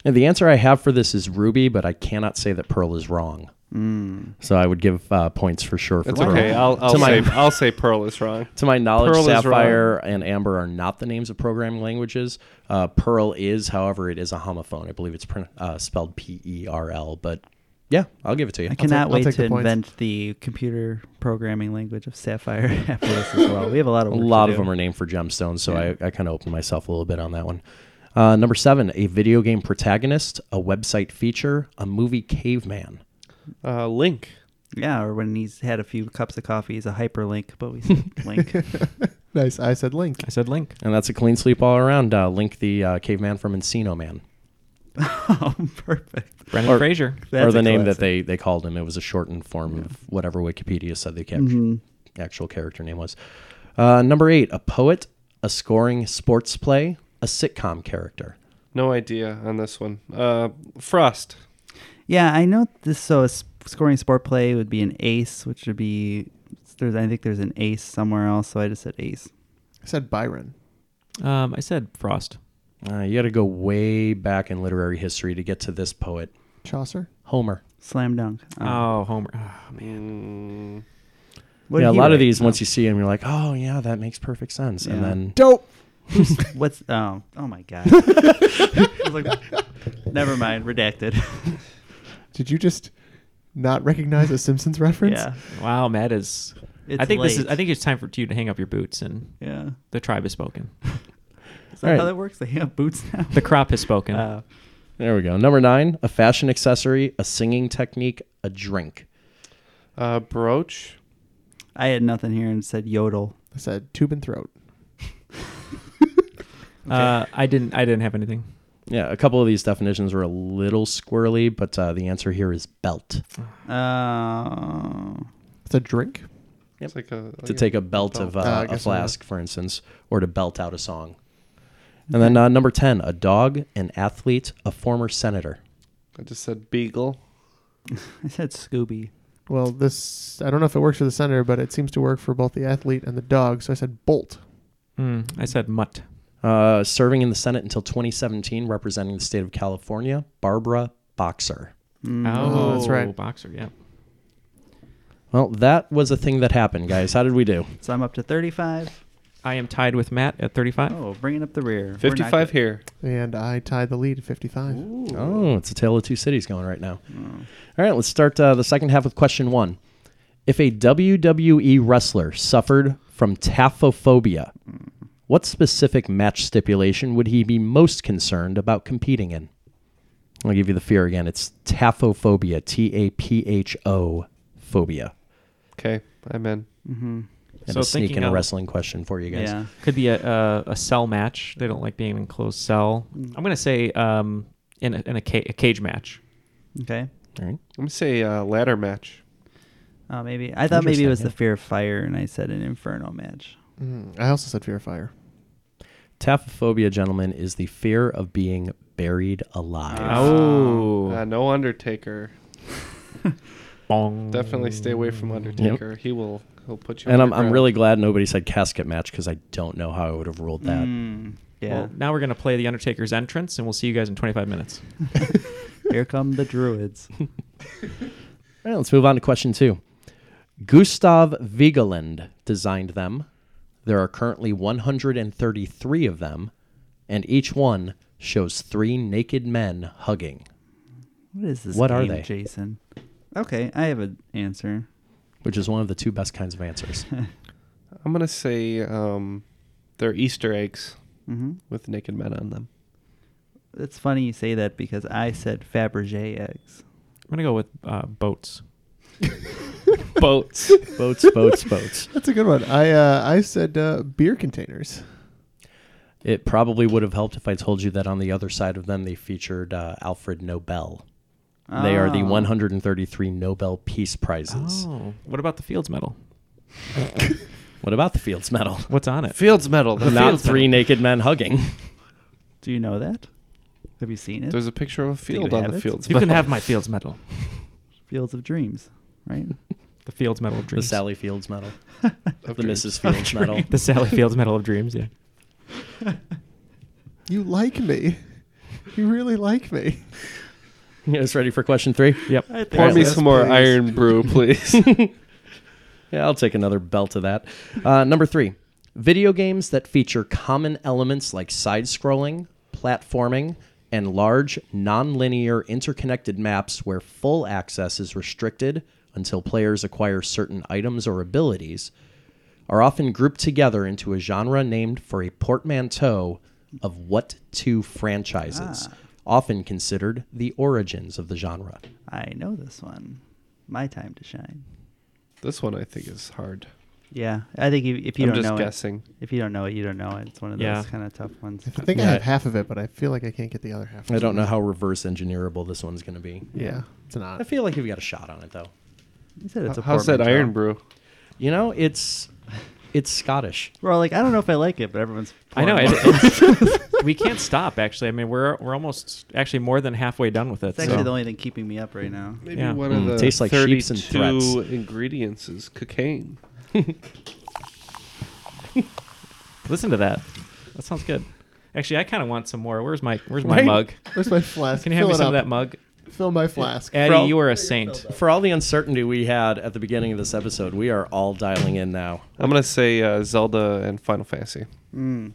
Speaker 8: And the answer I have for this is ruby, but I cannot say that pearl is wrong.
Speaker 5: Mm.
Speaker 8: So I would give uh, points for sure for
Speaker 6: That's
Speaker 8: pearl.
Speaker 6: okay. I'll, I'll,
Speaker 8: To
Speaker 6: say,
Speaker 8: my-
Speaker 6: I'll say pearl is wrong.
Speaker 8: To my knowledge,
Speaker 6: Pearl is wrong.
Speaker 8: Sapphire and Amber are not the names of programming languages. Uh, Perl is, however, it is a homophone. I believe it's pron- uh, spelled P E R L. But yeah, I'll give it to you.
Speaker 5: I cannot wait to invent the computer programming language of Sapphire after this as well. We have a lot of
Speaker 8: A
Speaker 5: work to
Speaker 8: lot of
Speaker 5: do.
Speaker 8: them are named for gemstones, so
Speaker 5: Yeah.
Speaker 8: I, I kind of opened myself a little bit on that one. Uh, number seven, a video game protagonist, a website feature, a movie caveman.
Speaker 6: Uh, link.
Speaker 5: Yeah, or when he's had a few cups of coffee, he's a hyperlink, but we said link.
Speaker 9: Nice. I said link.
Speaker 7: I said link.
Speaker 8: And that's a clean sweep all around. Uh, link the uh, caveman from Encino Man.
Speaker 5: Oh, Perfect.
Speaker 7: Brendan Fraser.
Speaker 8: or the name that they, they called him. It was a shortened form of whatever Wikipedia said the cap-
Speaker 5: Mhm.
Speaker 8: actual character name was. Uh, number eight, a poet, a scoring sports play, a sitcom character.
Speaker 6: No idea on this one. Uh, frost.
Speaker 5: Yeah, I know this. So a s- scoring sport play would be an ace, which would be there's. I think there's an ace somewhere else, so I just said ace.
Speaker 9: I said Byron.
Speaker 7: Um, I said frost.
Speaker 8: Uh, you got to go way back in literary history to get to this poet,
Speaker 9: Chaucer.
Speaker 8: Homer.
Speaker 5: Slam dunk.
Speaker 7: Oh, Homer. Oh man.
Speaker 5: What
Speaker 8: yeah, a
Speaker 5: did he
Speaker 8: lot
Speaker 5: write?
Speaker 8: of these,
Speaker 5: No.
Speaker 8: once you see them, you're like, oh, yeah, that makes perfect sense. And
Speaker 5: Yeah.
Speaker 8: then.
Speaker 9: Dope.
Speaker 5: What's oh oh my god. I was like, never mind, redacted.
Speaker 9: Did you just not recognize a Simpsons reference?
Speaker 5: Yeah.
Speaker 7: Wow, Matt is.
Speaker 5: It's
Speaker 7: I think this is.
Speaker 5: late.
Speaker 7: I think it's time for you to hang up your boots and.
Speaker 5: Yeah.
Speaker 7: The tribe has spoken.
Speaker 5: Is that how that works? They have boots now.
Speaker 7: The crop has spoken.
Speaker 5: Uh,
Speaker 8: There we go. Number nine, a fashion accessory, a singing technique, a drink.
Speaker 6: Uh, brooch.
Speaker 5: I had nothing here and said yodel.
Speaker 9: I said tube and throat.
Speaker 7: Uh, I didn't. I didn't have anything.
Speaker 8: Yeah, a couple of these definitions were a little squirrely, but uh, the answer here is belt.
Speaker 5: Uh,
Speaker 9: it's a drink.
Speaker 6: It's like a
Speaker 8: to take a belt of uh,
Speaker 9: Uh, I
Speaker 8: a
Speaker 9: guess so, yeah.
Speaker 8: flask, for instance, or to belt out a song. And then uh, number 10, a dog, an athlete, a former senator.
Speaker 6: I just said beagle.
Speaker 5: I said Scooby.
Speaker 9: Well, this I don't know if it works for the senator, but it seems to work for both the athlete and the dog. So I said bolt.
Speaker 7: Mm, I said mutt.
Speaker 8: Uh, serving in the Senate until 2017, representing the state of California, Barbara Boxer.
Speaker 9: Mm.
Speaker 7: Oh,
Speaker 9: that's right.
Speaker 7: Boxer. Yeah.
Speaker 8: Well, that was a thing that happened, guys. How did we do?
Speaker 5: So I'm up to 35.
Speaker 7: I am tied with Matt at 35.
Speaker 5: Oh, bringing up the rear. We're not good.
Speaker 6: here.
Speaker 9: And I tied the lead at 55.
Speaker 8: Oh, it's a tale of two cities going right now. All right, let's start uh, the second half with question one. If a WWE wrestler suffered from taphophobia, what specific match stipulation would he be most concerned about competing in? I'll give you the fear again. It's taphophobia, T A P H O phobia.
Speaker 6: Okay, I'm in.
Speaker 5: Mm-hmm.
Speaker 8: And
Speaker 7: So
Speaker 8: a sneak
Speaker 7: thinking
Speaker 8: in a
Speaker 7: out-
Speaker 8: wrestling question for you guys.
Speaker 7: Could be a, a, a cell match. They don't like being in closed cell.
Speaker 5: Mm.
Speaker 7: I'm going to say um, in, a, in a, ca- a cage match.
Speaker 5: Okay.
Speaker 8: All right.
Speaker 6: I'm gonna say uh, ladder match.
Speaker 5: Oh, maybe I thought maybe it
Speaker 9: Interesting,
Speaker 5: was
Speaker 9: yeah.
Speaker 5: the fear of fire, and I said an inferno match.
Speaker 9: Mm, I also said fear of fire.
Speaker 8: Taphophobia, gentlemen, is the fear of being buried alive.
Speaker 6: Oh. Uh, no Undertaker. Definitely stay away from Undertaker. He will he'll put you.
Speaker 8: And I'm,
Speaker 6: underground.
Speaker 8: I'm really glad nobody said casket match because I don't know how I would have ruled that.
Speaker 7: Well, now we're going to play The Undertaker's entrance, and we'll see you guys in 25 minutes.
Speaker 5: Here come the druids.
Speaker 8: All right, let's move on to question two. Gustav Vigeland designed them. There are currently 133 of them, and each one shows three naked men hugging.
Speaker 5: What is this?
Speaker 8: What are
Speaker 5: game,
Speaker 8: they?
Speaker 5: Jason? Okay, I have an answer.
Speaker 8: Which is one of the two best kinds of answers.
Speaker 6: I'm gonna say um, they're Easter eggs
Speaker 5: Mhm.
Speaker 6: with naked men on them.
Speaker 5: It's funny you say that because I said Fabergé eggs.
Speaker 7: I'm gonna go with uh, boats.
Speaker 6: boats,
Speaker 8: boats, boats, boats.
Speaker 9: That's a good one. I uh, I said uh, beer containers.
Speaker 8: It probably would have helped if I told you that on the other side of them they featured uh, Alfred Nobel. They are
Speaker 5: Ah.
Speaker 8: the
Speaker 7: Oh.
Speaker 8: 133 Nobel Peace Prizes.
Speaker 7: Oh, what about the Fields Medal?
Speaker 8: What about the Fields Medal?
Speaker 7: What's on it?
Speaker 6: Fields Medal. the
Speaker 8: Not
Speaker 6: Fields
Speaker 8: three naked men hugging.
Speaker 5: Do you know that? Have you seen it?
Speaker 6: There's a picture of a
Speaker 5: Do you
Speaker 6: field on
Speaker 5: have
Speaker 6: the
Speaker 5: it?
Speaker 6: Fields
Speaker 7: You can have my Fields Medal.
Speaker 5: Fields of Dreams, right?
Speaker 7: The Fields Medal of
Speaker 8: The
Speaker 7: Dreams.
Speaker 8: Sally Fields Medal. the
Speaker 7: dreams.
Speaker 8: Mrs. Fields
Speaker 7: Of
Speaker 8: Medal.
Speaker 7: dreams. The Sally Fields Medal of Dreams. Yeah.
Speaker 9: You like me. You really like me.
Speaker 8: You guys ready for question three?
Speaker 7: Yep.
Speaker 9: I think
Speaker 6: Pour me
Speaker 9: so.
Speaker 6: some more
Speaker 9: Please.
Speaker 6: Iron Brew, please.
Speaker 8: Yeah, I'll take another belt of that. Uh, number three video games that feature common elements like side scrolling, platforming, and large, non-linear, interconnected maps where full access is restricted until players acquire certain items or abilities are often grouped together into a genre named for a portmanteau of what two franchises,
Speaker 5: Ah.
Speaker 8: often considered the origins of the genre.
Speaker 5: I know this one. My time to shine.
Speaker 6: this one I think is hard.
Speaker 5: Yeah, I think if, if you
Speaker 6: I'm
Speaker 5: don't
Speaker 6: just
Speaker 5: know
Speaker 6: guessing.
Speaker 5: it, if you don't know it, you don't know it. It's one of
Speaker 6: Yeah.
Speaker 5: those kind of tough ones.
Speaker 9: I think I
Speaker 8: Yeah.
Speaker 9: have half of it, but I feel like I can't get the other half.
Speaker 8: I don't know how reverse engineerable this one's going to be.
Speaker 9: Yeah, it's not.
Speaker 8: I feel like you've got a shot on it though.
Speaker 5: You said it's a
Speaker 6: How's that
Speaker 5: portmanteau.
Speaker 6: Iron Brew?
Speaker 8: You know, it's it's Scottish.
Speaker 5: We're all like, I don't know if I like it, but everyone's.
Speaker 7: I know.
Speaker 5: pouring
Speaker 7: It,
Speaker 5: it.
Speaker 7: it's- we can't stop. Actually, I mean, we're we're almost actually more than halfway done with it.
Speaker 5: It's actually
Speaker 7: so.
Speaker 5: the only thing keeping me up right now.
Speaker 6: Maybe
Speaker 7: Yeah.
Speaker 6: one of
Speaker 8: Mm,
Speaker 6: the
Speaker 8: tastes like sheeps and
Speaker 6: 32
Speaker 8: threats.
Speaker 6: ingredients is cocaine.
Speaker 7: Listen to that. That sounds good. Actually, I kind of want some more. Where's my Where's my
Speaker 8: Right?
Speaker 7: mug?
Speaker 9: Where's my flask?
Speaker 7: Can you hand
Speaker 9: Fill
Speaker 7: me
Speaker 9: it
Speaker 7: some of
Speaker 9: up.
Speaker 7: that mug?
Speaker 9: Fill my flask.
Speaker 7: Eddie,
Speaker 8: For all-
Speaker 7: you are a saint.
Speaker 8: For all the uncertainty we had at the beginning of this episode, we are all dialing in now.
Speaker 6: I'm gonna say uh, Zelda and Final Fantasy.
Speaker 5: Mm.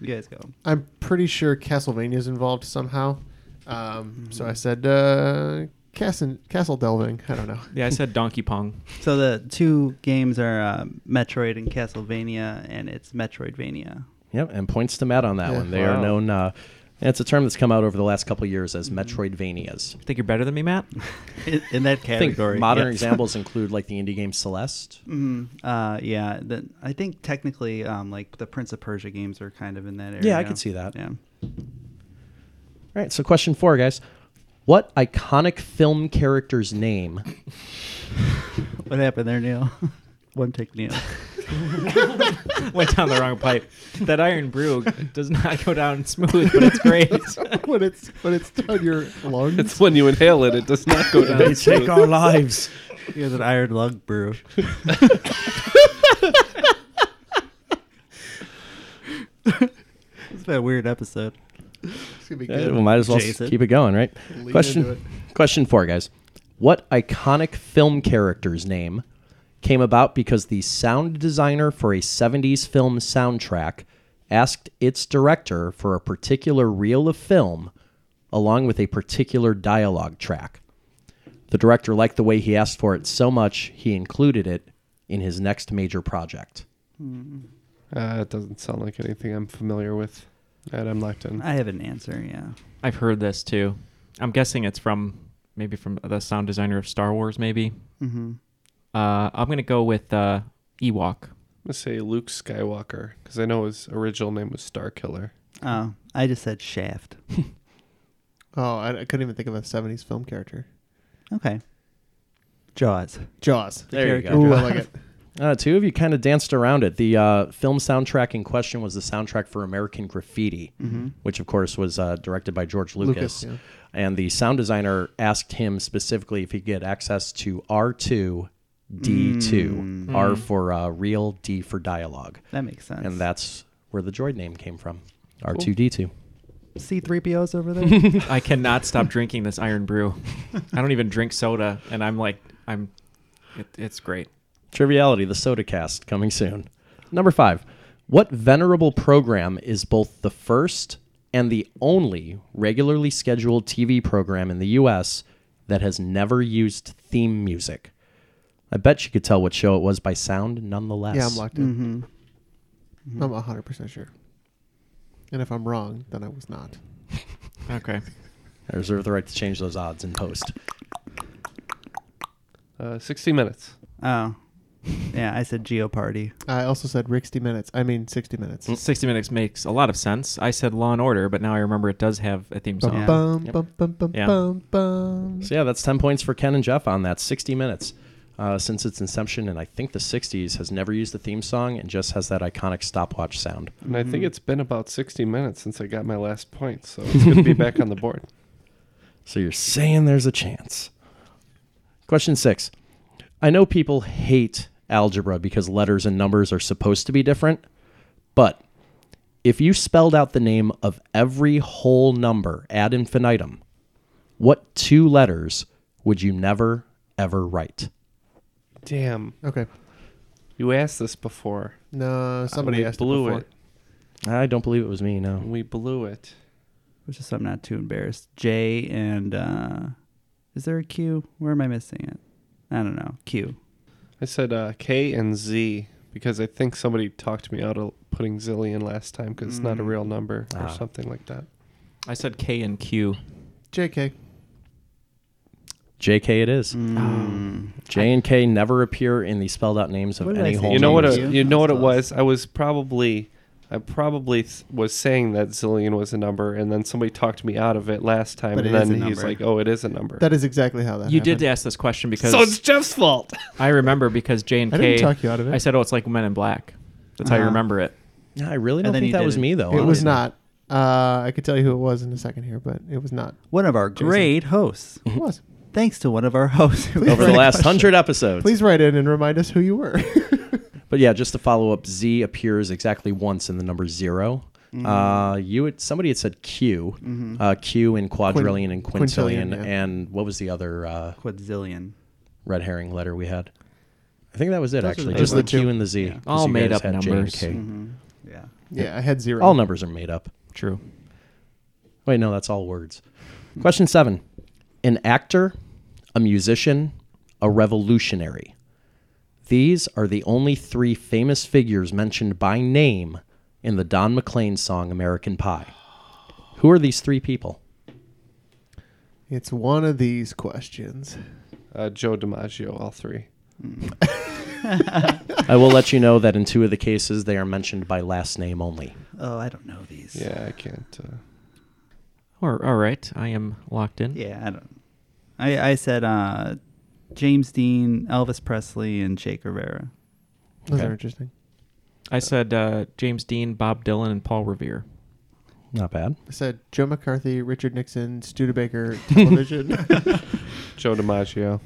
Speaker 5: You guys go.
Speaker 9: I'm pretty sure Castlevania's involved somehow.
Speaker 5: Mm-hmm.
Speaker 9: Um, So I said uh, castle, castle delving. I don't know.
Speaker 7: Yeah, I said Donkey Pong.
Speaker 5: So the two games are uh, Metroid and Castlevania, and it's Metroidvania.
Speaker 8: Yep, and points to Matt on that
Speaker 5: Yeah.
Speaker 8: one. They are
Speaker 5: Wow.
Speaker 8: known. Uh, and it's a term that's come out over the last couple of years as Metroidvanias.
Speaker 7: Think you're better than me, Matt?
Speaker 5: Mm-hmm. In, in that
Speaker 8: I think
Speaker 5: category,
Speaker 8: modern
Speaker 5: yes.
Speaker 8: examples include like the indie game Celeste.
Speaker 9: Mm-hmm.
Speaker 5: Mm, uh, yeah, the, I think technically, um, like the Prince of Persia games are kind of in that area.
Speaker 8: Yeah, I could see that.
Speaker 5: Yeah.
Speaker 8: All right, so question four, guys. What iconic film character's name?
Speaker 5: What happened there, Neil? One take, Neil.
Speaker 7: Went down the wrong pipe. That Iron Brew does not go down smooth, but it's great.
Speaker 9: when it's when it's down your lungs.
Speaker 6: It's when you inhale it, it does not go down. smooth.
Speaker 8: lives.
Speaker 5: He has an iron lung brew. It's been a weird episode.
Speaker 9: It's gonna be
Speaker 8: Yeah,
Speaker 9: good.
Speaker 8: we might as well s-
Speaker 5: Jason.
Speaker 8: keep it going, right?
Speaker 9: Lean into
Speaker 8: question
Speaker 9: it.
Speaker 8: question four, guys. What iconic film character's name came about because the sound designer for a 70s film soundtrack asked its director for a particular reel of film along with a particular dialogue track? The director liked the way he asked for it so much he included it in his next major project.
Speaker 5: Mm-hmm.
Speaker 6: Uh, it doesn't sound like anything I'm familiar with. At M. Lecton.
Speaker 5: I have an answer. Yeah.
Speaker 7: I've heard this too. I'm guessing it's from maybe from the sound designer of Star Wars, maybe.
Speaker 5: Mhm.
Speaker 7: Uh, I'm gonna go with uh, Ewok.
Speaker 6: gonna say Luke Skywalker because I know his original name was Star Killer.
Speaker 5: Oh, I just said Shaft.
Speaker 9: Oh, I, I couldn't even think of a 70s film character.
Speaker 5: Okay. Jaws.
Speaker 9: Jaws.
Speaker 5: The There you character
Speaker 9: Ooh,
Speaker 5: go.
Speaker 9: I
Speaker 5: Jaws.
Speaker 9: like it.
Speaker 8: Uh, two of you kind of danced around it. The uh, film soundtrack in question was the soundtrack for American Graffiti,
Speaker 5: Mhm.
Speaker 8: which, of course, was uh, directed by George
Speaker 5: Lucas,
Speaker 8: Lucas.
Speaker 5: yeah.
Speaker 8: And the sound designer asked him specifically if he could get access to R2, D2,
Speaker 5: Mm.
Speaker 8: R
Speaker 5: Mhm.
Speaker 8: for uh, real, D for dialogue.
Speaker 5: That makes sense.
Speaker 8: And that's where the droid name came from R2D2.
Speaker 5: C3PO's over there.
Speaker 7: I cannot stop drinking this iron brew. I don't even drink soda, and I'm like, I'm. It, it's great.
Speaker 8: Triviality, the soda cast, coming soon. Number five. What venerable program is both the first and the only regularly scheduled TV program in the U.S. that has never used theme music? I bet you could tell what show it was by sound nonetheless.
Speaker 9: Yeah, I'm locked
Speaker 5: Mm-hmm.
Speaker 9: in. I'm 100% sure. And if I'm wrong, then I was not.
Speaker 7: Okay.
Speaker 8: I reserve the right to change those odds in post.
Speaker 6: Uh, 60 Minutes.
Speaker 5: Oh. Yeah, I said Geoparty.
Speaker 9: I also said 60 minutes. I mean, 60 minutes.
Speaker 8: Mm.
Speaker 7: 60 Minutes makes a lot of sense. I said Law and Order, but now I remember it does have a theme song.
Speaker 8: Bum, bum,
Speaker 7: Yep.
Speaker 8: bum,
Speaker 7: Yeah.
Speaker 8: So yeah, that's ten points for Ken and Jeff on that. Sixty minutes uh, since its inception, and I think the '60s has never used the theme song and just has that iconic stopwatch sound.
Speaker 6: And I
Speaker 5: Mm-hmm.
Speaker 6: think it's been about 60 minutes since I got my last point, so it's going to be back on the board.
Speaker 8: So you're saying there's a chance. Question six. I know people hate algebra because letters and numbers are supposed to be different, but if you spelled out the name of every whole number ad infinitum, what two letters would you never, ever write?
Speaker 6: Damn.
Speaker 9: Okay.
Speaker 6: You asked this before.
Speaker 9: No, somebody
Speaker 6: we
Speaker 9: asked it
Speaker 6: blew
Speaker 9: before.
Speaker 8: I don't believe it was me, no.
Speaker 6: We blew it.
Speaker 5: Which is I'm not too embarrassed. J and uh is there a Q? Where am I missing it? I don't know. Q.
Speaker 6: I said uh, K and Z because I think somebody talked me out of putting zillion last time because it's not a
Speaker 7: Mm.
Speaker 6: real number or
Speaker 7: Ah.
Speaker 6: something like that.
Speaker 7: I said K and Q.
Speaker 9: JK.
Speaker 8: JK it is. J and K never appear in the spelled out names of
Speaker 6: Mm. What did I
Speaker 8: any
Speaker 6: say?
Speaker 8: whole
Speaker 6: you know what?
Speaker 8: numbers.
Speaker 6: A, you know what it was. I was probably, I probably th- was saying that zillion was a number, and then somebody talked me out of it last time,
Speaker 9: But
Speaker 6: and
Speaker 9: it is
Speaker 6: then
Speaker 9: a
Speaker 6: he's
Speaker 9: number.
Speaker 6: like, "Oh, it is a number."
Speaker 9: That is exactly how that
Speaker 7: you
Speaker 9: happened.
Speaker 7: did ask this question because
Speaker 6: So it's Jeff's fault.
Speaker 7: I remember because J and
Speaker 9: I
Speaker 7: K.
Speaker 9: didn't talk you out of it.
Speaker 7: I said, "Oh, it's like Men in Black." That's how you
Speaker 9: Uh-huh.
Speaker 7: remember it.
Speaker 8: No, I really don't think that was me though.
Speaker 9: It was
Speaker 8: honestly.
Speaker 9: not. Uh, I could tell you who it was in a second here, but it was not.
Speaker 5: One of our
Speaker 9: Jason.
Speaker 5: great hosts.
Speaker 9: It was.
Speaker 5: Thanks to one of our hosts who
Speaker 8: Over the
Speaker 5: asked
Speaker 8: last
Speaker 5: question.
Speaker 8: hundred episodes.
Speaker 9: Please write in and remind us who you were.
Speaker 8: But yeah, just to follow up, Z appears exactly once in the number 0
Speaker 5: Mm-hmm.
Speaker 8: Uh, you had, somebody had said Q,
Speaker 5: Mhm.
Speaker 8: uh, Q in quadrillion and quintillion,
Speaker 5: quintillion, yeah.
Speaker 8: and what was the other uh,
Speaker 5: quadzillion
Speaker 8: red herring letter we had? I think that was it
Speaker 5: Those are
Speaker 8: actually,
Speaker 5: the Mm-hmm.
Speaker 8: just the
Speaker 5: big ones.
Speaker 8: Q and the Z.
Speaker 5: Yeah.
Speaker 8: 'cause
Speaker 7: All
Speaker 8: you
Speaker 7: made
Speaker 8: guys
Speaker 7: up
Speaker 8: had J and
Speaker 7: numbers.
Speaker 8: K.
Speaker 5: Yeah.
Speaker 9: Yeah, I had zero.
Speaker 8: All numbers are made up.
Speaker 7: True.
Speaker 8: Wait, no, that's all words. Question seven: An actor, a musician, a revolutionary. These are the only three famous figures mentioned by name in the Don McLean song "American Pie." Who are these three people?
Speaker 9: It's one of these questions.
Speaker 6: Uh, Joe DiMaggio, all three.
Speaker 5: Mm-hmm.
Speaker 8: I will let you know that in two of the cases they are mentioned by last name only.
Speaker 5: Oh, I don't know these.
Speaker 6: Yeah, I can't. Uh,
Speaker 7: Or all right, I am locked in.
Speaker 5: Yeah, I don't. I I said uh, James Dean, Elvis Presley, and Che Guevara.
Speaker 9: Those
Speaker 7: Okay.
Speaker 9: are interesting.
Speaker 7: I said uh, James Dean, Bob Dylan, and Paul Revere.
Speaker 8: Not bad.
Speaker 9: I said Joe McCarthy, Richard Nixon, Studebaker Television.
Speaker 6: Joe DiMaggio.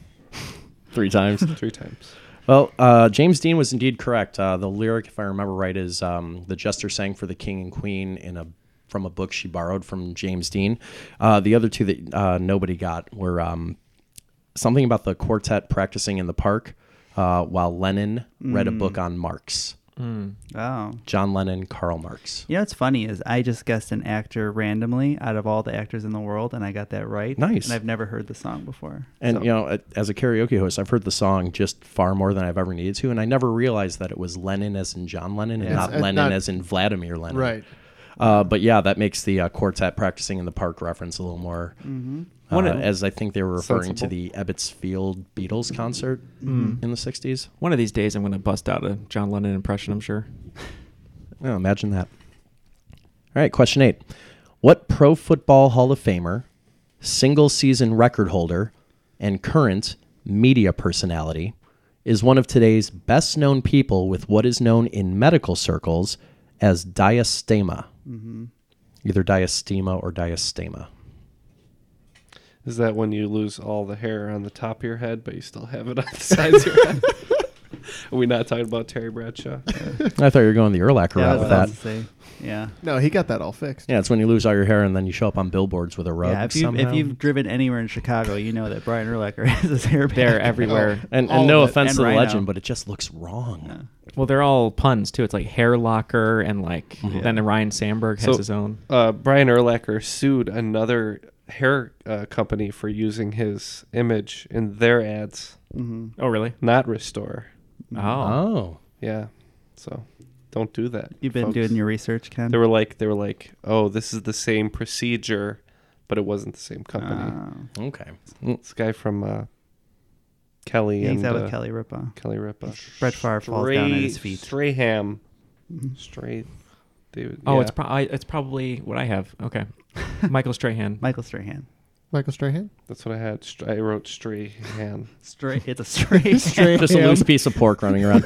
Speaker 8: Three times.
Speaker 6: Three times.
Speaker 8: Well, uh, James Dean was indeed correct. Uh, the lyric, if I remember right, is um, the jester sang for the king and queen in a from a book she borrowed from James Dean. Uh, the other two that uh, nobody got were um, something about the quartet practicing in the park uh, while Lennon read a
Speaker 5: Mm.
Speaker 8: book on Marx.
Speaker 7: Mm.
Speaker 5: Oh.
Speaker 8: John Lennon, Karl Marx.
Speaker 5: You know what's funny is I just guessed an actor randomly out of all the actors in the world, and I got that right.
Speaker 8: Nice.
Speaker 5: And I've never heard the song before.
Speaker 8: And you know, a- as a karaoke host, I've heard the song just far more than I've ever needed to, and I never realized that it was Lenin as in John Lennon, and
Speaker 9: It's-
Speaker 8: not
Speaker 9: it's
Speaker 8: Lenin
Speaker 9: not-
Speaker 8: as in Vladimir Lenin.
Speaker 9: Right. Mm-hmm.
Speaker 8: Uh, but yeah, that makes the uh, quartet practicing in the park reference a little more
Speaker 7: One
Speaker 8: uh,
Speaker 7: of-
Speaker 8: as I think they were referring to
Speaker 7: Sensible.
Speaker 8: the Ebbets Field Beatles concert
Speaker 7: Mm.
Speaker 8: in the '60s.
Speaker 7: One of these days, I'm going to bust out a John Lennon impression. I'm sure.
Speaker 8: Oh, imagine that. All right, question eight. What Pro Football Hall of Famer, single season record holder, and current media personality is one of today's best known people with what is known in medical circles as diastema?
Speaker 5: Mm-hmm.
Speaker 6: Mhm.
Speaker 8: Either diastema or diastema.
Speaker 6: Is that when you lose all the hair on the top of your head, but you still have it on the sides of your head? Are we not talking about Terry Bradshaw?
Speaker 8: I thought you were going the Urlacher
Speaker 6: Yeah,
Speaker 8: route
Speaker 6: I
Speaker 8: with
Speaker 6: was
Speaker 8: that.
Speaker 6: about to say.
Speaker 5: Yeah.
Speaker 9: No, he got that all fixed.
Speaker 8: Yeah, it's when you lose all your hair and then you show up on billboards with a rug.
Speaker 5: Yeah, if you
Speaker 8: somehow.
Speaker 5: if you've driven anywhere in Chicago, you know that Brian Urlacher has his hair back. Oh,
Speaker 7: They're everywhere.
Speaker 8: and, and no offense to the legend, but it just looks wrong.
Speaker 7: Well, they're all puns too. It's like hair locker and like
Speaker 8: Mm-hmm.
Speaker 7: then Ryan Sandberg has
Speaker 6: So,
Speaker 7: his own.
Speaker 6: Uh, Brian Erlacher sued another hair uh, company for using his image in their ads.
Speaker 7: Mhm.
Speaker 5: Mm-hmm.
Speaker 7: Oh, really?
Speaker 6: Not Restore.
Speaker 7: Oh. Oh.
Speaker 6: Yeah. So don't do that.
Speaker 5: You've been
Speaker 6: folks.
Speaker 5: doing your research, Ken?
Speaker 6: They were like, they were like, oh, this is the same procedure, but it wasn't the same company.
Speaker 5: Oh.
Speaker 8: okay. Mm.
Speaker 6: This guy from uh, Kelly.
Speaker 5: Yeah, he's
Speaker 6: and,
Speaker 5: out with
Speaker 6: uh,
Speaker 5: Kelly Ripa.
Speaker 6: Kelly Ripa.
Speaker 5: Brett Favre falls down at his feet.
Speaker 6: Strayham. Stray. David.
Speaker 7: Oh,
Speaker 6: yeah.
Speaker 7: it's pro- I, it's probably what I have. Okay, Michael Strahan.
Speaker 5: Michael Strahan.
Speaker 9: Michael Strahan.
Speaker 6: That's what I had. Str- I wrote Strahan.
Speaker 5: Stray. It's a stray.
Speaker 8: just a loose piece of pork running around.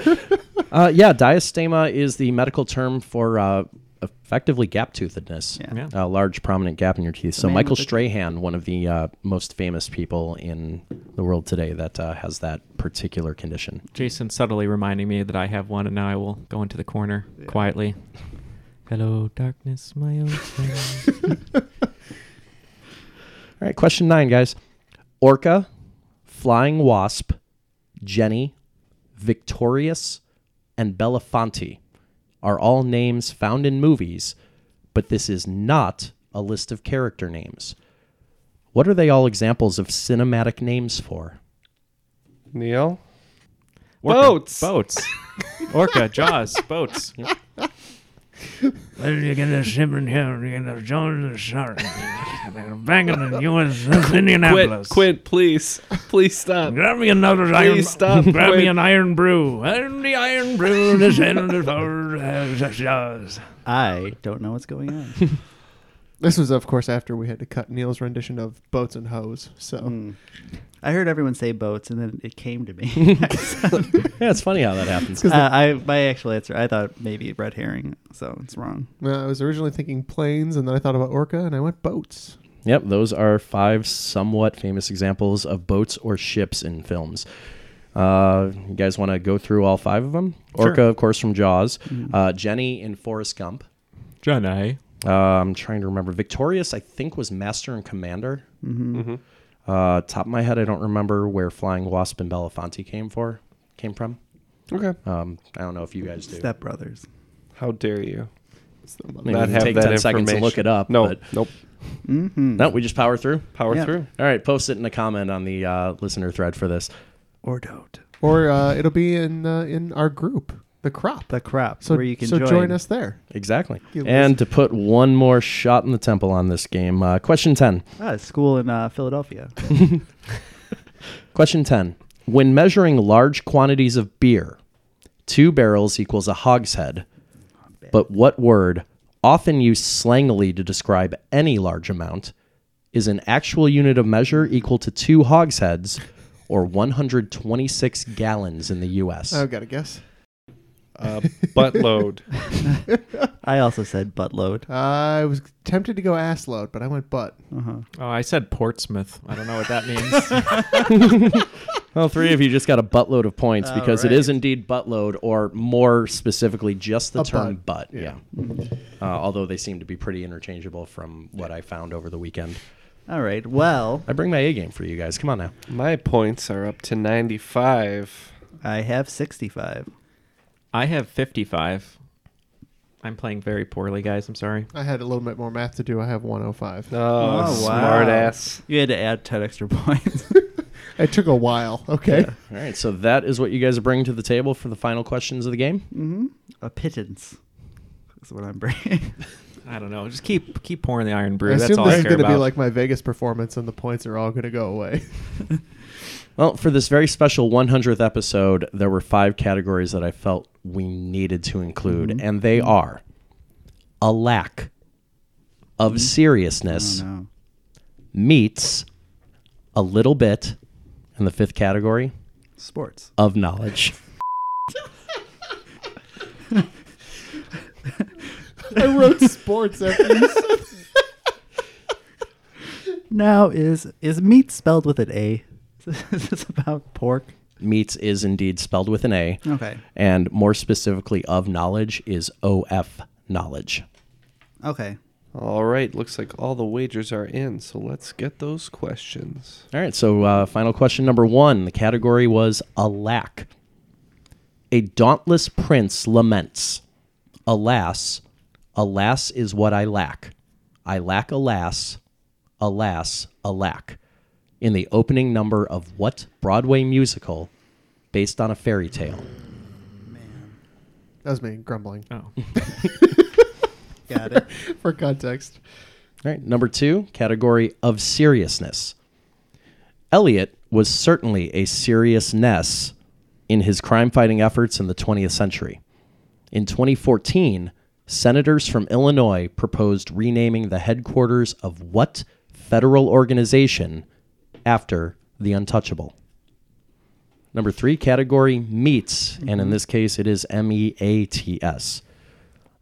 Speaker 8: uh, yeah, diastema is the medical term for uh, effectively gap toothedness,
Speaker 5: Yeah.
Speaker 8: a large prominent gap in your teeth. So
Speaker 5: man
Speaker 8: Michael
Speaker 5: with the-
Speaker 8: Strahan, one of the uh, most famous people in the world today, that uh, has that particular condition.
Speaker 7: Jason subtly reminding me that I have one, and now I will go into the corner quietly.
Speaker 5: Oh,
Speaker 7: Hello, darkness, my old friend.
Speaker 8: All right, question nine, guys. Orca, Flying Wasp, Jenny, Victorious, and Belafonte are all names found in movies, but this is not a list of character names. What are they all examples of cinematic names for?
Speaker 6: Neil.
Speaker 7: Orca.
Speaker 6: Boats.
Speaker 7: Boats. Orca, Jaws, boats.
Speaker 13: Well, you get a shimmering here, you get a Jones and a Shark. They're banging in US Indianapolis.
Speaker 6: Quit, please. Please stop.
Speaker 13: Grab me another
Speaker 6: please
Speaker 13: iron.
Speaker 6: stop.
Speaker 13: Grab me
Speaker 6: Quit.
Speaker 13: an iron brew. And the iron brew is in the door as it does.
Speaker 5: I don't know what's going on.
Speaker 9: This was, of course, after we had to cut Neil's rendition of Boats and Hoes. So
Speaker 5: Hmm. I heard everyone say boats, and then it came to me.
Speaker 8: yeah, it's funny how that happens.
Speaker 5: Uh, I my actual answer, I thought maybe red herring, so it's wrong.
Speaker 9: Well, I was originally thinking planes, and then I thought about Orca, and I went boats.
Speaker 8: Yep, those are five somewhat famous examples of boats or ships in films. Uh, you guys want to go through all five of them?
Speaker 7: Sure.
Speaker 8: Orca, of course, from Jaws. Uh, Jenny in Forrest Gump.
Speaker 7: Jenny.
Speaker 8: Uh, I'm trying to remember. Victorious, I think, was Master and Commander.
Speaker 5: Mhm. Mhm.
Speaker 8: Uh, top of my head, I don't remember where Flying Wasp and Belafonte came for came from.
Speaker 6: Okay.
Speaker 8: Um, I don't know if you guys do.
Speaker 5: Step Brothers.
Speaker 6: How dare you?
Speaker 8: I mean, you can take 10 seconds to look it up.
Speaker 6: No.
Speaker 8: but-
Speaker 6: Nope.
Speaker 5: Mm-hmm.
Speaker 8: No, we just power through.
Speaker 6: Power Yeah. through.
Speaker 8: All right, post it in a comment on the uh, listener thread for this.
Speaker 5: Or don't.
Speaker 9: Or uh, it'll be in uh, in our group, the crop.
Speaker 5: The crop,
Speaker 9: So
Speaker 5: where you can
Speaker 9: so
Speaker 5: join.
Speaker 9: us there.
Speaker 8: Exactly.
Speaker 9: You
Speaker 8: And to put one more shot in the temple on this game, uh, question 10.
Speaker 5: Ah, it's school in uh, Philadelphia.
Speaker 8: Question 10. When measuring large quantities of beer, two barrels equals a hogshead. But what word, often used slangily to describe any large amount, is an actual unit of measure equal to two hogsheads or 126 gallons in the U.S.?
Speaker 9: I've got a guess.
Speaker 6: Uh, buttload.
Speaker 5: I also said buttload.
Speaker 9: I was tempted to go ass load, but I went butt.
Speaker 5: Uh-huh.
Speaker 7: Oh, I said Portsmouth. I don't know what that means.
Speaker 8: Well, three of you just got a buttload of points
Speaker 7: All
Speaker 8: because
Speaker 7: right.
Speaker 8: it is indeed buttload, or more specifically, just the
Speaker 7: A
Speaker 8: term
Speaker 7: butt,
Speaker 8: butt. Yeah. Uh, although they seem to be pretty interchangeable from what I found over the weekend.
Speaker 5: All right. Well,
Speaker 8: I bring my A game for you guys. Come on now.
Speaker 6: My points are up to 95.
Speaker 5: I have 65.
Speaker 7: I have 55. I'm playing very poorly, guys. I'm sorry.
Speaker 9: I had a little bit more math to do. I have 105.
Speaker 6: Oh,
Speaker 5: Oh, wow.
Speaker 6: smart ass.
Speaker 5: You had to add 10 extra points.
Speaker 9: it took a while. Okay.
Speaker 8: All right. So that is what you guys are bringing to the table for the final questions of the game.
Speaker 5: Mm-hmm. A pittance. That's what I'm bringing.
Speaker 7: I don't know. Just keep keep pouring the iron brew.
Speaker 9: I
Speaker 7: That's
Speaker 9: assume
Speaker 7: all
Speaker 9: this
Speaker 7: I
Speaker 9: is
Speaker 7: care
Speaker 9: going to
Speaker 7: about.
Speaker 9: be like my Vegas performance, and the points are all going to go away.
Speaker 8: Well, for this very special 100th episode, there were five categories that I felt we needed to include,
Speaker 5: Mhm.
Speaker 8: and they are a lack
Speaker 5: Mm-hmm.
Speaker 8: of
Speaker 5: Oh,
Speaker 8: seriousness, meets a little bit, and the fifth category
Speaker 5: Sports.
Speaker 8: of knowledge.
Speaker 9: I wrote sports after you said
Speaker 5: Now is is meat spelled with an A? is this about pork?
Speaker 8: Meets is indeed spelled with an A.
Speaker 5: Okay.
Speaker 8: And more specifically, of knowledge is OF knowledge.
Speaker 5: Okay.
Speaker 6: All right. Looks like all the wagers are in. So let's get those questions.
Speaker 8: All right, so uh, final question number one. The category was Alack. A dauntless prince laments, Alas, alas is what I lack. I lack alas, alas, alack. In the opening number of what Broadway musical based on a fairy tale?
Speaker 9: that was me grumbling.
Speaker 7: Oh,
Speaker 5: got it.
Speaker 9: For context,
Speaker 8: All right, number two, category of seriousness. Eliot was certainly a seriousness in his crime fighting efforts in the 20th century. In 2014, senators from Illinois proposed renaming the headquarters of what federal organization after the untouchable? Number three category meats, and in this case it is M E A T S.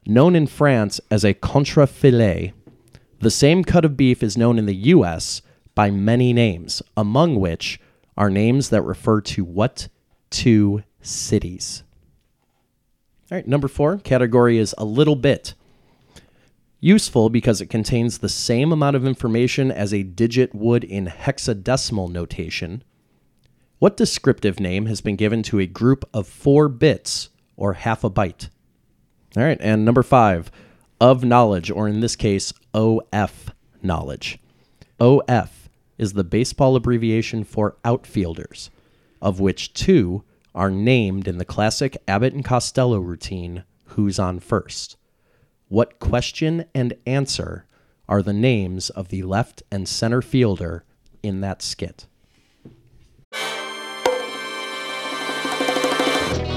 Speaker 8: Known in France as a contrafilet, the same cut of beef is known in the US by many names, among which are names that refer to what two cities. All right, number four category is a little bit. Useful because it contains the same amount of information as a digit would in hexadecimal notation. What descriptive name has been given to a group of four bits or half a byte? All right, and number five, of knowledge, or in this case, OF knowledge. OF is the baseball abbreviation for outfielders, of which two are named in the classic Abbott and Costello routine, Who's on First? What question and answer are the names of the left and center fielder in that skit?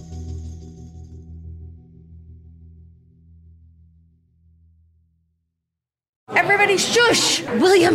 Speaker 14: Everybody, shush! William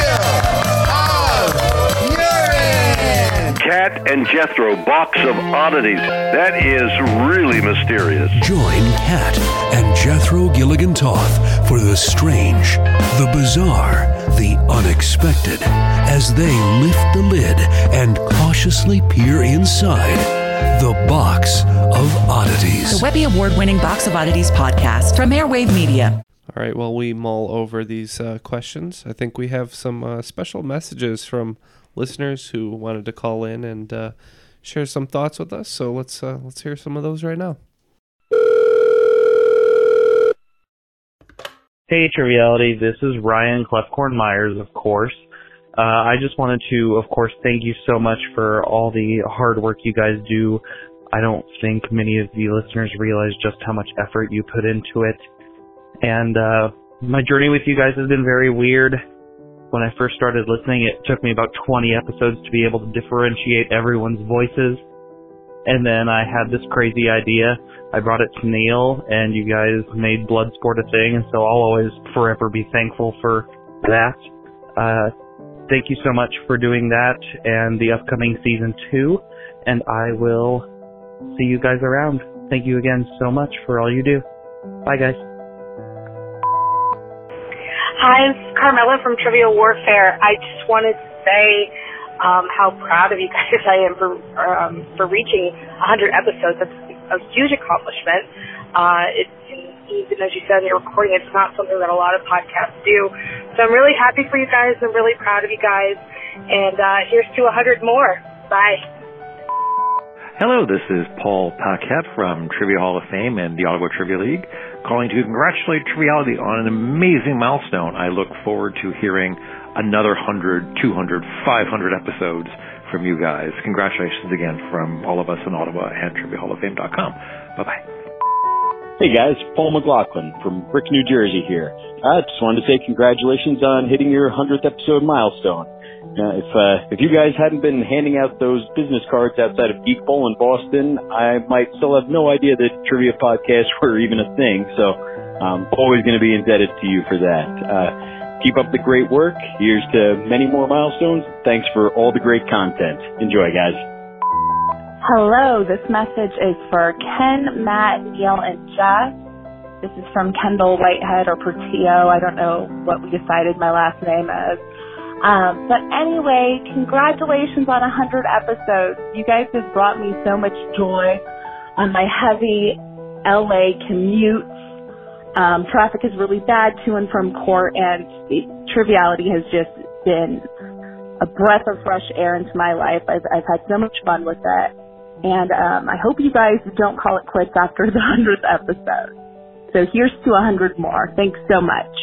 Speaker 15: Cat and Jethro, box of oddities. That is really mysterious.
Speaker 16: Join Kat and Jethro Gilligan Toth for the strange, the bizarre, the unexpected as they lift the lid and cautiously peer inside the box of oddities.
Speaker 14: The Webby Award winning Box of Oddities podcast from Airwave Media.
Speaker 6: All right. While we mull over these uh, questions, I think we have some uh, special messages from listeners who wanted to call in and uh, share some thoughts with us. So let's uh, let's hear some of those right now.
Speaker 17: Hey, Triviality. This is Ryan Clefcorn Myers, of course. Uh, I just wanted to, of course, thank you so much for all the hard work you guys do. I don't think many of the listeners realize just how much effort you put into it. And uh, my journey with you guys has been very weird. When I first started listening, it took me about 20 episodes to be able to differentiate everyone's voices. And then I had this crazy idea. I brought it to Neil, and you guys made Bloodsport a thing, and so I'll always forever be thankful for that. Uh, thank you so much for doing that and the upcoming season two, and I will see you guys around. Thank you again so much for all you do. Bye, guys.
Speaker 18: Hi, it's Carmela from Trivial Warfare. I just wanted to say um, how proud of you guys I am for um, for reaching 100 episodes. That's a huge accomplishment. Uh, it, even as you said in your recording, it's not something that a lot of podcasts do. So I'm really happy for you guys. I'm really proud of you guys. And uh, here's to 100 more. Bye.
Speaker 19: Hello, this is Paul Paquette from Trivia Hall of Fame and the Ottawa Trivia League, calling to congratulate Triviality on an amazing milestone. I look forward to hearing another 100, 200, 500 episodes from you guys. Congratulations again from all of us in Ottawa and TriviaHallOfFame.com. Bye bye.
Speaker 20: Hey guys, Paul McLaughlin from Brick, New Jersey here. I just wanted to say congratulations on hitting your 100th episode milestone. Uh, if uh, if you guys hadn't been handing out those business cards outside of Geek Bowl in Boston, I might still have no idea that trivia podcasts were even a thing. So I'm always going to be indebted to you for that. Uh, keep up the great work. Here's to many more milestones. Thanks for all the great content. Enjoy, guys.
Speaker 21: Hello, this message is for Ken, Matt, Neil, and Jess. This is from Kendall Whitehead or Portillo. I don't know what we decided my last name is. Um, but anyway, congratulations on 100 episodes. You guys have brought me so much joy on my heavy LA commute. Um, traffic is really bad to and from court, and the triviality has just been a breath of fresh air into my life. I've, I've had so much fun with it. And um, I hope you guys don't call it quits after the 100th episode. So here's to 100 more. Thanks so much.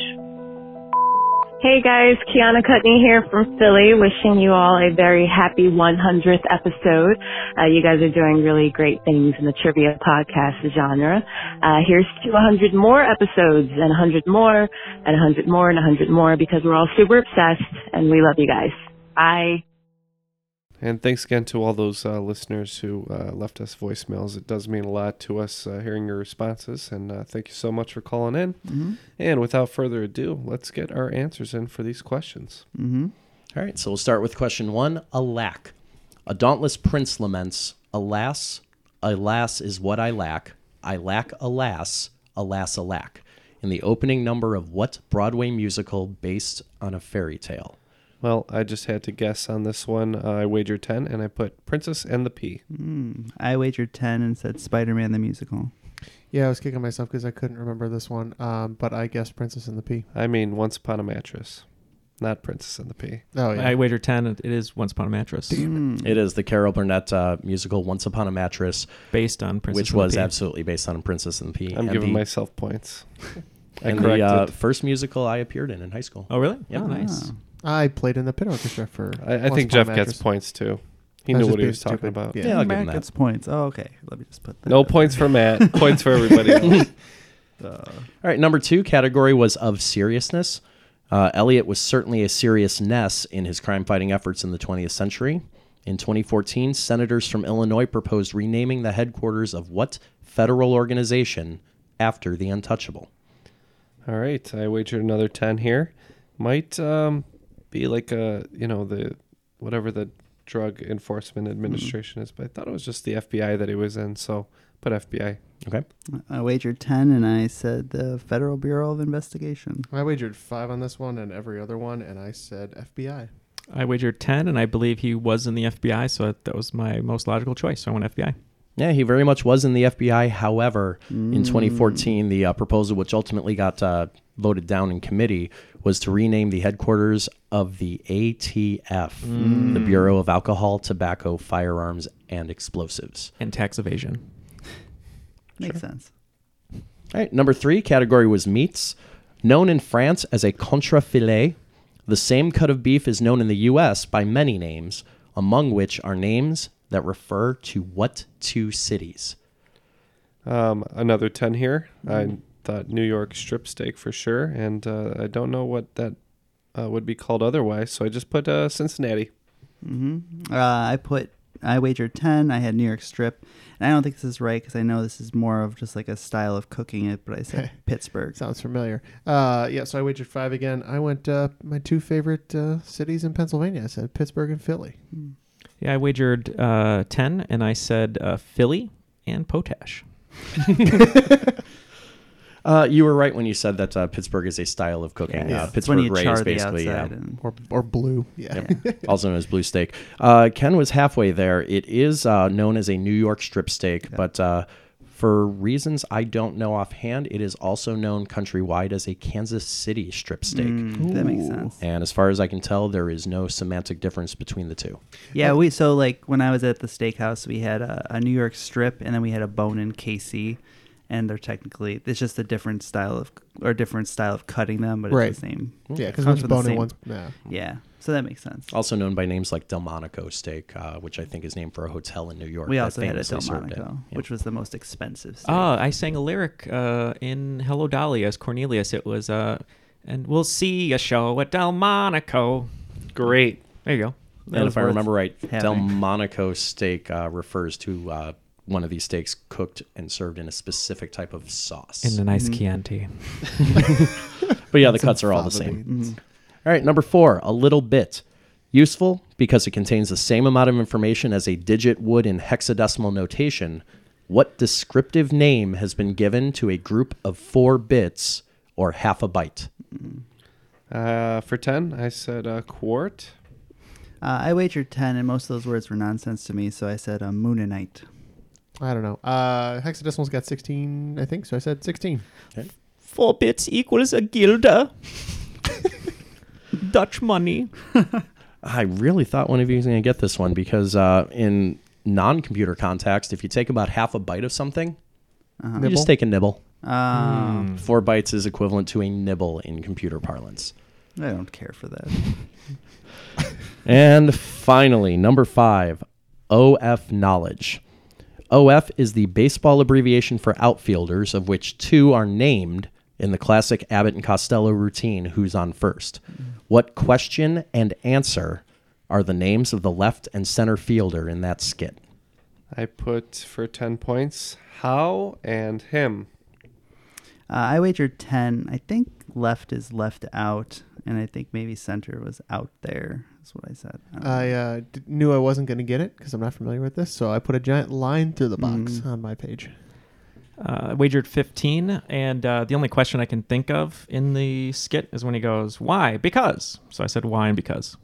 Speaker 22: Hey guys, Kiana Cutney here from Philly, wishing you all a very happy 100th episode. Uh, you guys are doing really great things in the trivia podcast genre. Uh, here's to 100 more episodes and 100 more and 100 more and 100 more because we're all super obsessed and we love you guys. Bye.
Speaker 6: And thanks again to all those uh, listeners who uh, left us voicemails. It does mean a lot to us uh, hearing your responses, and uh, thank you so much for calling in.
Speaker 8: Mhm.
Speaker 6: And without further ado, let's get our answers in for these questions.
Speaker 8: Mm-hmm. All right, so we'll start with question one. Alack. A dauntless prince laments, Alas, alas is what I lack. I lack alas, alas, alack. In the opening number of what Broadway musical based on a fairy tale?
Speaker 6: Well, I just had to guess on this one. Uh, I wagered 10, and I put Princess and the Pea.
Speaker 5: Mm, I wagered 10 and said Spider Man the musical.
Speaker 9: Yeah, I was kicking myself because I couldn't remember this one, um, but I guessed Princess and the Pea.
Speaker 6: I mean, Once Upon a Mattress, not Princess and the Pea.
Speaker 9: Oh, yeah.
Speaker 7: I wager ten. It is Once Upon a Mattress.
Speaker 8: Mm. It is the Carol Burnett uh, musical Once Upon a Mattress.
Speaker 7: Based on Princess
Speaker 8: Which
Speaker 7: and the
Speaker 8: was
Speaker 7: Pea.
Speaker 8: absolutely based on Princess and the Pea.
Speaker 6: I'm
Speaker 8: and
Speaker 6: giving
Speaker 8: the-
Speaker 6: myself points. I
Speaker 8: and the uh,
Speaker 6: corrected.
Speaker 8: first musical I appeared in in high school.
Speaker 7: Oh, really?
Speaker 8: Yeah,
Speaker 7: Oh,
Speaker 9: Ah.
Speaker 7: nice.
Speaker 9: I played in the pit orchestra for.
Speaker 6: Ah. I, I
Speaker 9: Once
Speaker 6: think
Speaker 9: Upon a
Speaker 6: Jeff gets
Speaker 9: Mattress.
Speaker 6: points too. He
Speaker 9: I
Speaker 6: knew
Speaker 9: just
Speaker 6: what he
Speaker 9: being
Speaker 6: was talking
Speaker 9: stupid.
Speaker 6: about.
Speaker 9: Yeah.
Speaker 5: Matt gets points. Oh, okay. Let me just put that.
Speaker 6: No
Speaker 5: up
Speaker 6: points
Speaker 5: there.
Speaker 6: for Matt. points for everybody else.
Speaker 8: All right, number two category was of seriousness. Uh, Elliot was certainly a serious Ness in his crime fighting efforts in the 20th century. In 2014, senators from Illinois proposed renaming the headquarters of what federal organization after the untouchable?
Speaker 6: All right, I wagered another ten here. Might um, be like a you know the whatever the Drug Enforcement Administration is, but I thought it was just the FBI that he was in. So put FBI.
Speaker 8: Okay.
Speaker 5: I wagered 10 and I said the Federal Bureau of Investigation.
Speaker 9: I wagered five on this one and every other one, and I said FBI.
Speaker 7: I wagered ten, and I believe he was in the FBI, so that was my most logical choice. So I went FBI.
Speaker 8: Yeah, he very much was in the FBI. However, in
Speaker 7: Mm.
Speaker 8: 2014, the uh, proposal, which ultimately got uh, voted down in committee, was to rename the headquarters of the ATF,
Speaker 7: Mm.
Speaker 8: the Bureau of Alcohol, Tobacco, Firearms, and Explosives.
Speaker 7: And tax evasion.
Speaker 5: Makes sense.
Speaker 8: All right, number three category was meats. Known in France as a contrafilet, the same cut of beef is known in the U.S. by many names, among which are names that refer to what two cities?
Speaker 6: Um, another 10 here. I thought New York strip steak for sure, and uh, I don't know what that uh, would be called otherwise, so I just put uh, Cincinnati.
Speaker 5: hmm Uh, I put I wagered ten. I had New York Strip, and I don't think this is right because I know this is more of just like a style of cooking it. But I said Pittsburgh.
Speaker 9: Sounds familiar. Uh, yeah, so I wagered five again. I went uh, my two favorite uh, cities in Pennsylvania. I said Pittsburgh and Philly.
Speaker 7: Yeah, I wagered uh, 10 and I said uh, Philly and Potash.
Speaker 8: Uh, you were right when you said that uh, Pittsburgh is a style of cooking.
Speaker 9: Yeah.
Speaker 8: Uh,
Speaker 9: It's when
Speaker 8: Pittsburgh
Speaker 9: you
Speaker 8: Ray
Speaker 9: char
Speaker 8: is
Speaker 9: the
Speaker 8: basically yeah.
Speaker 9: outside and- Or- or blue, yeah.
Speaker 8: also known as blue steak. Uh, Ken was halfway there. It is uh, known as a New York strip steak, but uh, for reasons I don't know offhand, it is also known countrywide as a Kansas City strip steak.
Speaker 5: Mm, that makes Ooh. sense.
Speaker 8: And as far as I can tell, there is no semantic difference between the two.
Speaker 5: Yeah, we so like when I was at the steakhouse, we had a, a New York strip, and then we had a bone in KC, and they're technically it's just a different style of or different style of cutting them, but it's
Speaker 9: Right.
Speaker 5: the same.
Speaker 9: Yeah, 'cause
Speaker 5: comes
Speaker 9: one's
Speaker 5: from the
Speaker 9: bone and
Speaker 5: same-
Speaker 9: one's- yeah.
Speaker 5: yeah. So that makes sense.
Speaker 8: Also known by names like Delmonico Steak, uh, which I think is named for a hotel in New York.
Speaker 5: We
Speaker 8: that
Speaker 5: also had a
Speaker 8: famously served it.
Speaker 5: Delmonico, which was the most expensive. steak.
Speaker 7: Ah, I sang a lyric uh, in Hello Dolly as Cornelius. It was, uh, and we'll see a show at Delmonico.
Speaker 6: Great.
Speaker 7: There you go.
Speaker 8: And if I remember right, Delmonico steak uh, refers to uh, one of these steaks cooked and served in a specific type of sauce.
Speaker 7: In a nice Mm. Chianti.
Speaker 8: but yeah,
Speaker 7: And
Speaker 8: the
Speaker 7: some
Speaker 8: cuts are all the
Speaker 7: fava
Speaker 8: same.
Speaker 7: beans.
Speaker 8: All right, number four, a little bit. Useful because it contains the same amount of information as a digit would in hexadecimal notation. What descriptive name has been given to a group of four bits or half a byte?
Speaker 6: Uh, for 10, I said uh, quart.
Speaker 5: Uh, I wagered ten, and most of those words were nonsense to me, so I said um, a moon and night.
Speaker 9: I don't know. Uh, hexadecimal's got 16, I think, so I said 16.
Speaker 7: Four bits equals a guilder. Dutch money.
Speaker 8: I really thought one of you was going to get this one because uh, in non-computer context, if you take about half a bite of something, you
Speaker 5: Nibble?
Speaker 8: just take a nibble.
Speaker 5: Ah. Hmm.
Speaker 8: Four bites is equivalent to a nibble in computer parlance.
Speaker 5: I don't care for that.
Speaker 8: And finally, number five, OF knowledge. OF is the baseball abbreviation for outfielders, of which two are named in the classic Abbott and Costello routine who's on first.
Speaker 5: Mm.
Speaker 8: What question and answer are the names of the left and center fielder in that skit?
Speaker 6: I put for 10 points how and him.
Speaker 5: Uh, I wagered 10. I think left is left out, and I think maybe center was out there, is what I said. I don't know.
Speaker 9: I uh, d- knew I wasn't going to get it because I'm not familiar with this, so I put a giant line through the box
Speaker 5: Mm.
Speaker 9: on my page.
Speaker 7: Uh, I wagered 15, and uh, the only question I can think of in the skit is when he goes, Why? Because. So I said, Why and because.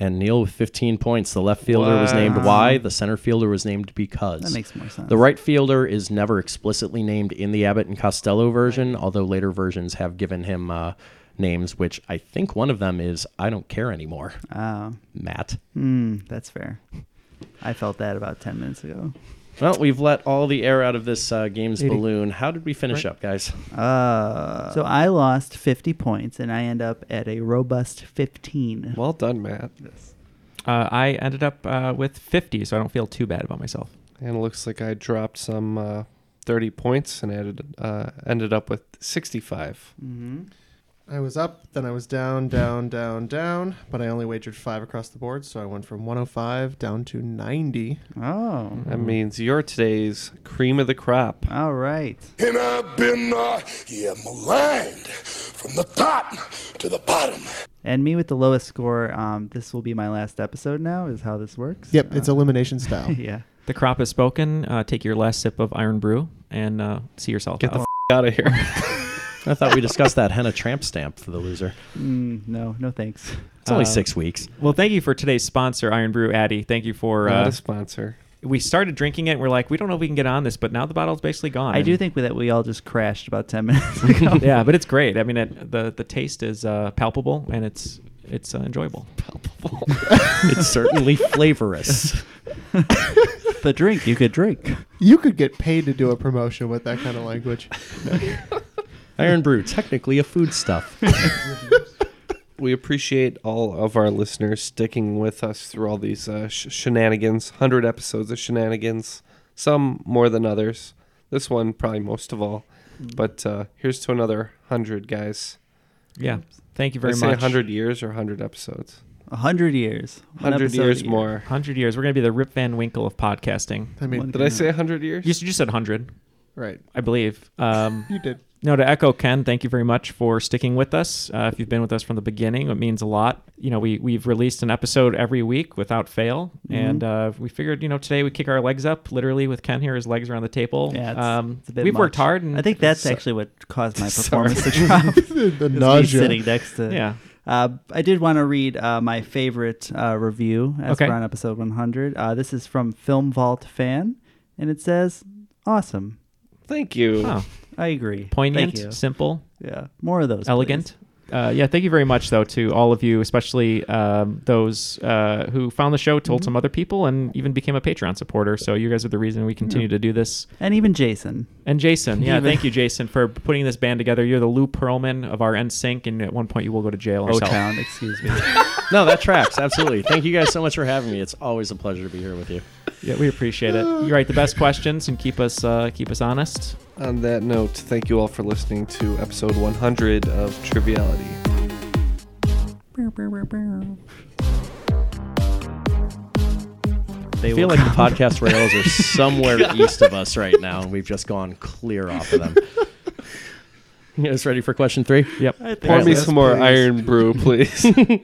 Speaker 8: And Neil with 15 points. The left fielder was named
Speaker 7: Wow.
Speaker 8: why. The center fielder was named because.
Speaker 5: That makes more sense.
Speaker 8: The right fielder is never explicitly named in the Abbott and Costello version, although later versions have given him uh, names, which I think one of them is I don't care anymore.
Speaker 5: Oh.
Speaker 8: Matt.
Speaker 5: Hmm, that's fair. I felt that about 10 minutes ago.
Speaker 8: Well, we've let all the air out of this uh, game's
Speaker 5: Eighty.
Speaker 8: balloon. How did we finish
Speaker 5: Right.
Speaker 8: up, guys?
Speaker 5: Uh, so I lost 50 points, and I end up at a robust 15.
Speaker 6: Well done, Matt.
Speaker 7: Uh, I ended up uh, with 50, so I don't feel too bad about myself.
Speaker 6: And it looks like I dropped some uh, 30 points and added, uh, ended up with 65.
Speaker 5: Mm-hmm.
Speaker 9: I was up, then I was down, down, down, down, but I only wagered five across the board, so I went from 105 down to 90.
Speaker 5: Oh.
Speaker 6: That
Speaker 9: Mm-hmm.
Speaker 6: means you're today's cream of the crop.
Speaker 5: All right.
Speaker 1: And I've been, uh, yeah, maligned from the top to the bottom.
Speaker 5: And me with the lowest score, um, this will be my last episode now, is how this works.
Speaker 9: Yep, it's
Speaker 5: Uh,
Speaker 9: elimination style.
Speaker 5: yeah.
Speaker 7: The crop is spoken. Uh, take your last sip of Iron Brew and uh, see yourself
Speaker 8: Get the
Speaker 7: out.
Speaker 6: out of here.
Speaker 8: I thought we discussed that henna tramp stamp for the loser.
Speaker 5: Mm, no, no thanks.
Speaker 8: It's only
Speaker 7: Uh,
Speaker 8: six weeks.
Speaker 7: Well, thank you for today's sponsor, Iron Brew Addy. Thank you for
Speaker 6: Not
Speaker 7: uh,
Speaker 6: a sponsor.
Speaker 7: We started drinking it, and we're like, we don't know if we can get on this, but now the bottle's basically gone.
Speaker 5: I do
Speaker 7: And-
Speaker 5: think that we all just crashed about 10 minutes ago.
Speaker 7: yeah, but it's great. I mean, it, the the taste is uh, palpable and it's it's uh, enjoyable. Palpable.
Speaker 8: it's certainly flavorous.
Speaker 5: the drink you could drink.
Speaker 9: You could get paid to do a promotion with that kind of language.
Speaker 8: Iron brew, technically a foodstuff.
Speaker 6: We appreciate all of our listeners sticking with us through all these uh, sh- shenanigans, 100 episodes of shenanigans, some more than others. This one, probably most of all. But uh, here's to another 100, guys.
Speaker 7: Yeah. Thank you very
Speaker 6: I say
Speaker 7: much.
Speaker 6: 100 years or 100 episodes?
Speaker 5: 100 years. One
Speaker 6: 100
Speaker 5: episode a
Speaker 6: years
Speaker 5: year.
Speaker 6: more.
Speaker 7: 100 years. We're going to be the Rip Van Winkle of podcasting.
Speaker 6: I mean- One Did I say 100 years?
Speaker 7: You s- you just said 100.
Speaker 6: Right.
Speaker 7: I believe. Um,
Speaker 9: You did.
Speaker 7: No, to echo Ken, thank you very much for sticking with us. Uh, if you've been with us from the beginning, it means a lot. You know, we, we've released an episode every week without fail.
Speaker 5: Mhm.
Speaker 7: And uh, we figured, you know, today we kick our legs up, literally with Ken here, his legs are on the table.
Speaker 5: Yeah, it's,
Speaker 7: um,
Speaker 5: it's a bit
Speaker 7: we've worked
Speaker 5: much.
Speaker 7: hard. And
Speaker 5: I think that's
Speaker 7: So-
Speaker 5: actually what caused my
Speaker 7: Sorry.
Speaker 5: performance to drop. is me
Speaker 7: nausea.
Speaker 5: sitting next to.
Speaker 7: Yeah.
Speaker 5: Uh, I did want to read uh, my favorite uh, review as
Speaker 7: Okay.
Speaker 5: we're on episode 100. Uh, this is from Film Vault fan, and it says, "Awesome."
Speaker 6: Thank you.
Speaker 7: Oh.
Speaker 5: I agree.
Speaker 7: Poignant,
Speaker 5: Thank you.
Speaker 7: simple.
Speaker 5: Yeah, more of those. please.
Speaker 7: Elegant. Uh, yeah, thank you very much, though, to all of you, especially um, those uh, who found the show,
Speaker 5: Mm-hmm.
Speaker 7: told some other people, and even became a Patreon supporter. So you guys are the reason we continue to do this.
Speaker 5: And even Jason.
Speaker 7: And Jason, yeah,
Speaker 5: Even-
Speaker 7: thank you, Jason, for putting this band together. You're the Lou Pearlman of our NSYNC, and at one point you will go to jail.
Speaker 8: O
Speaker 7: yourself.
Speaker 8: Town, excuse me. no, that tracks. Absolutely. Thank you guys so much for having me. It's always a pleasure to be here with you.
Speaker 7: yeah, we appreciate it. You write the best questions and keep us uh, keep us honest.
Speaker 6: On that note, thank you all for listening to episode 100 of Triviality.
Speaker 8: I feel like the podcast rails are somewhere east of us right now, and we've just gone clear off of them. You guys ready for question three?
Speaker 7: Yep.
Speaker 6: Pour me some more iron brew, please.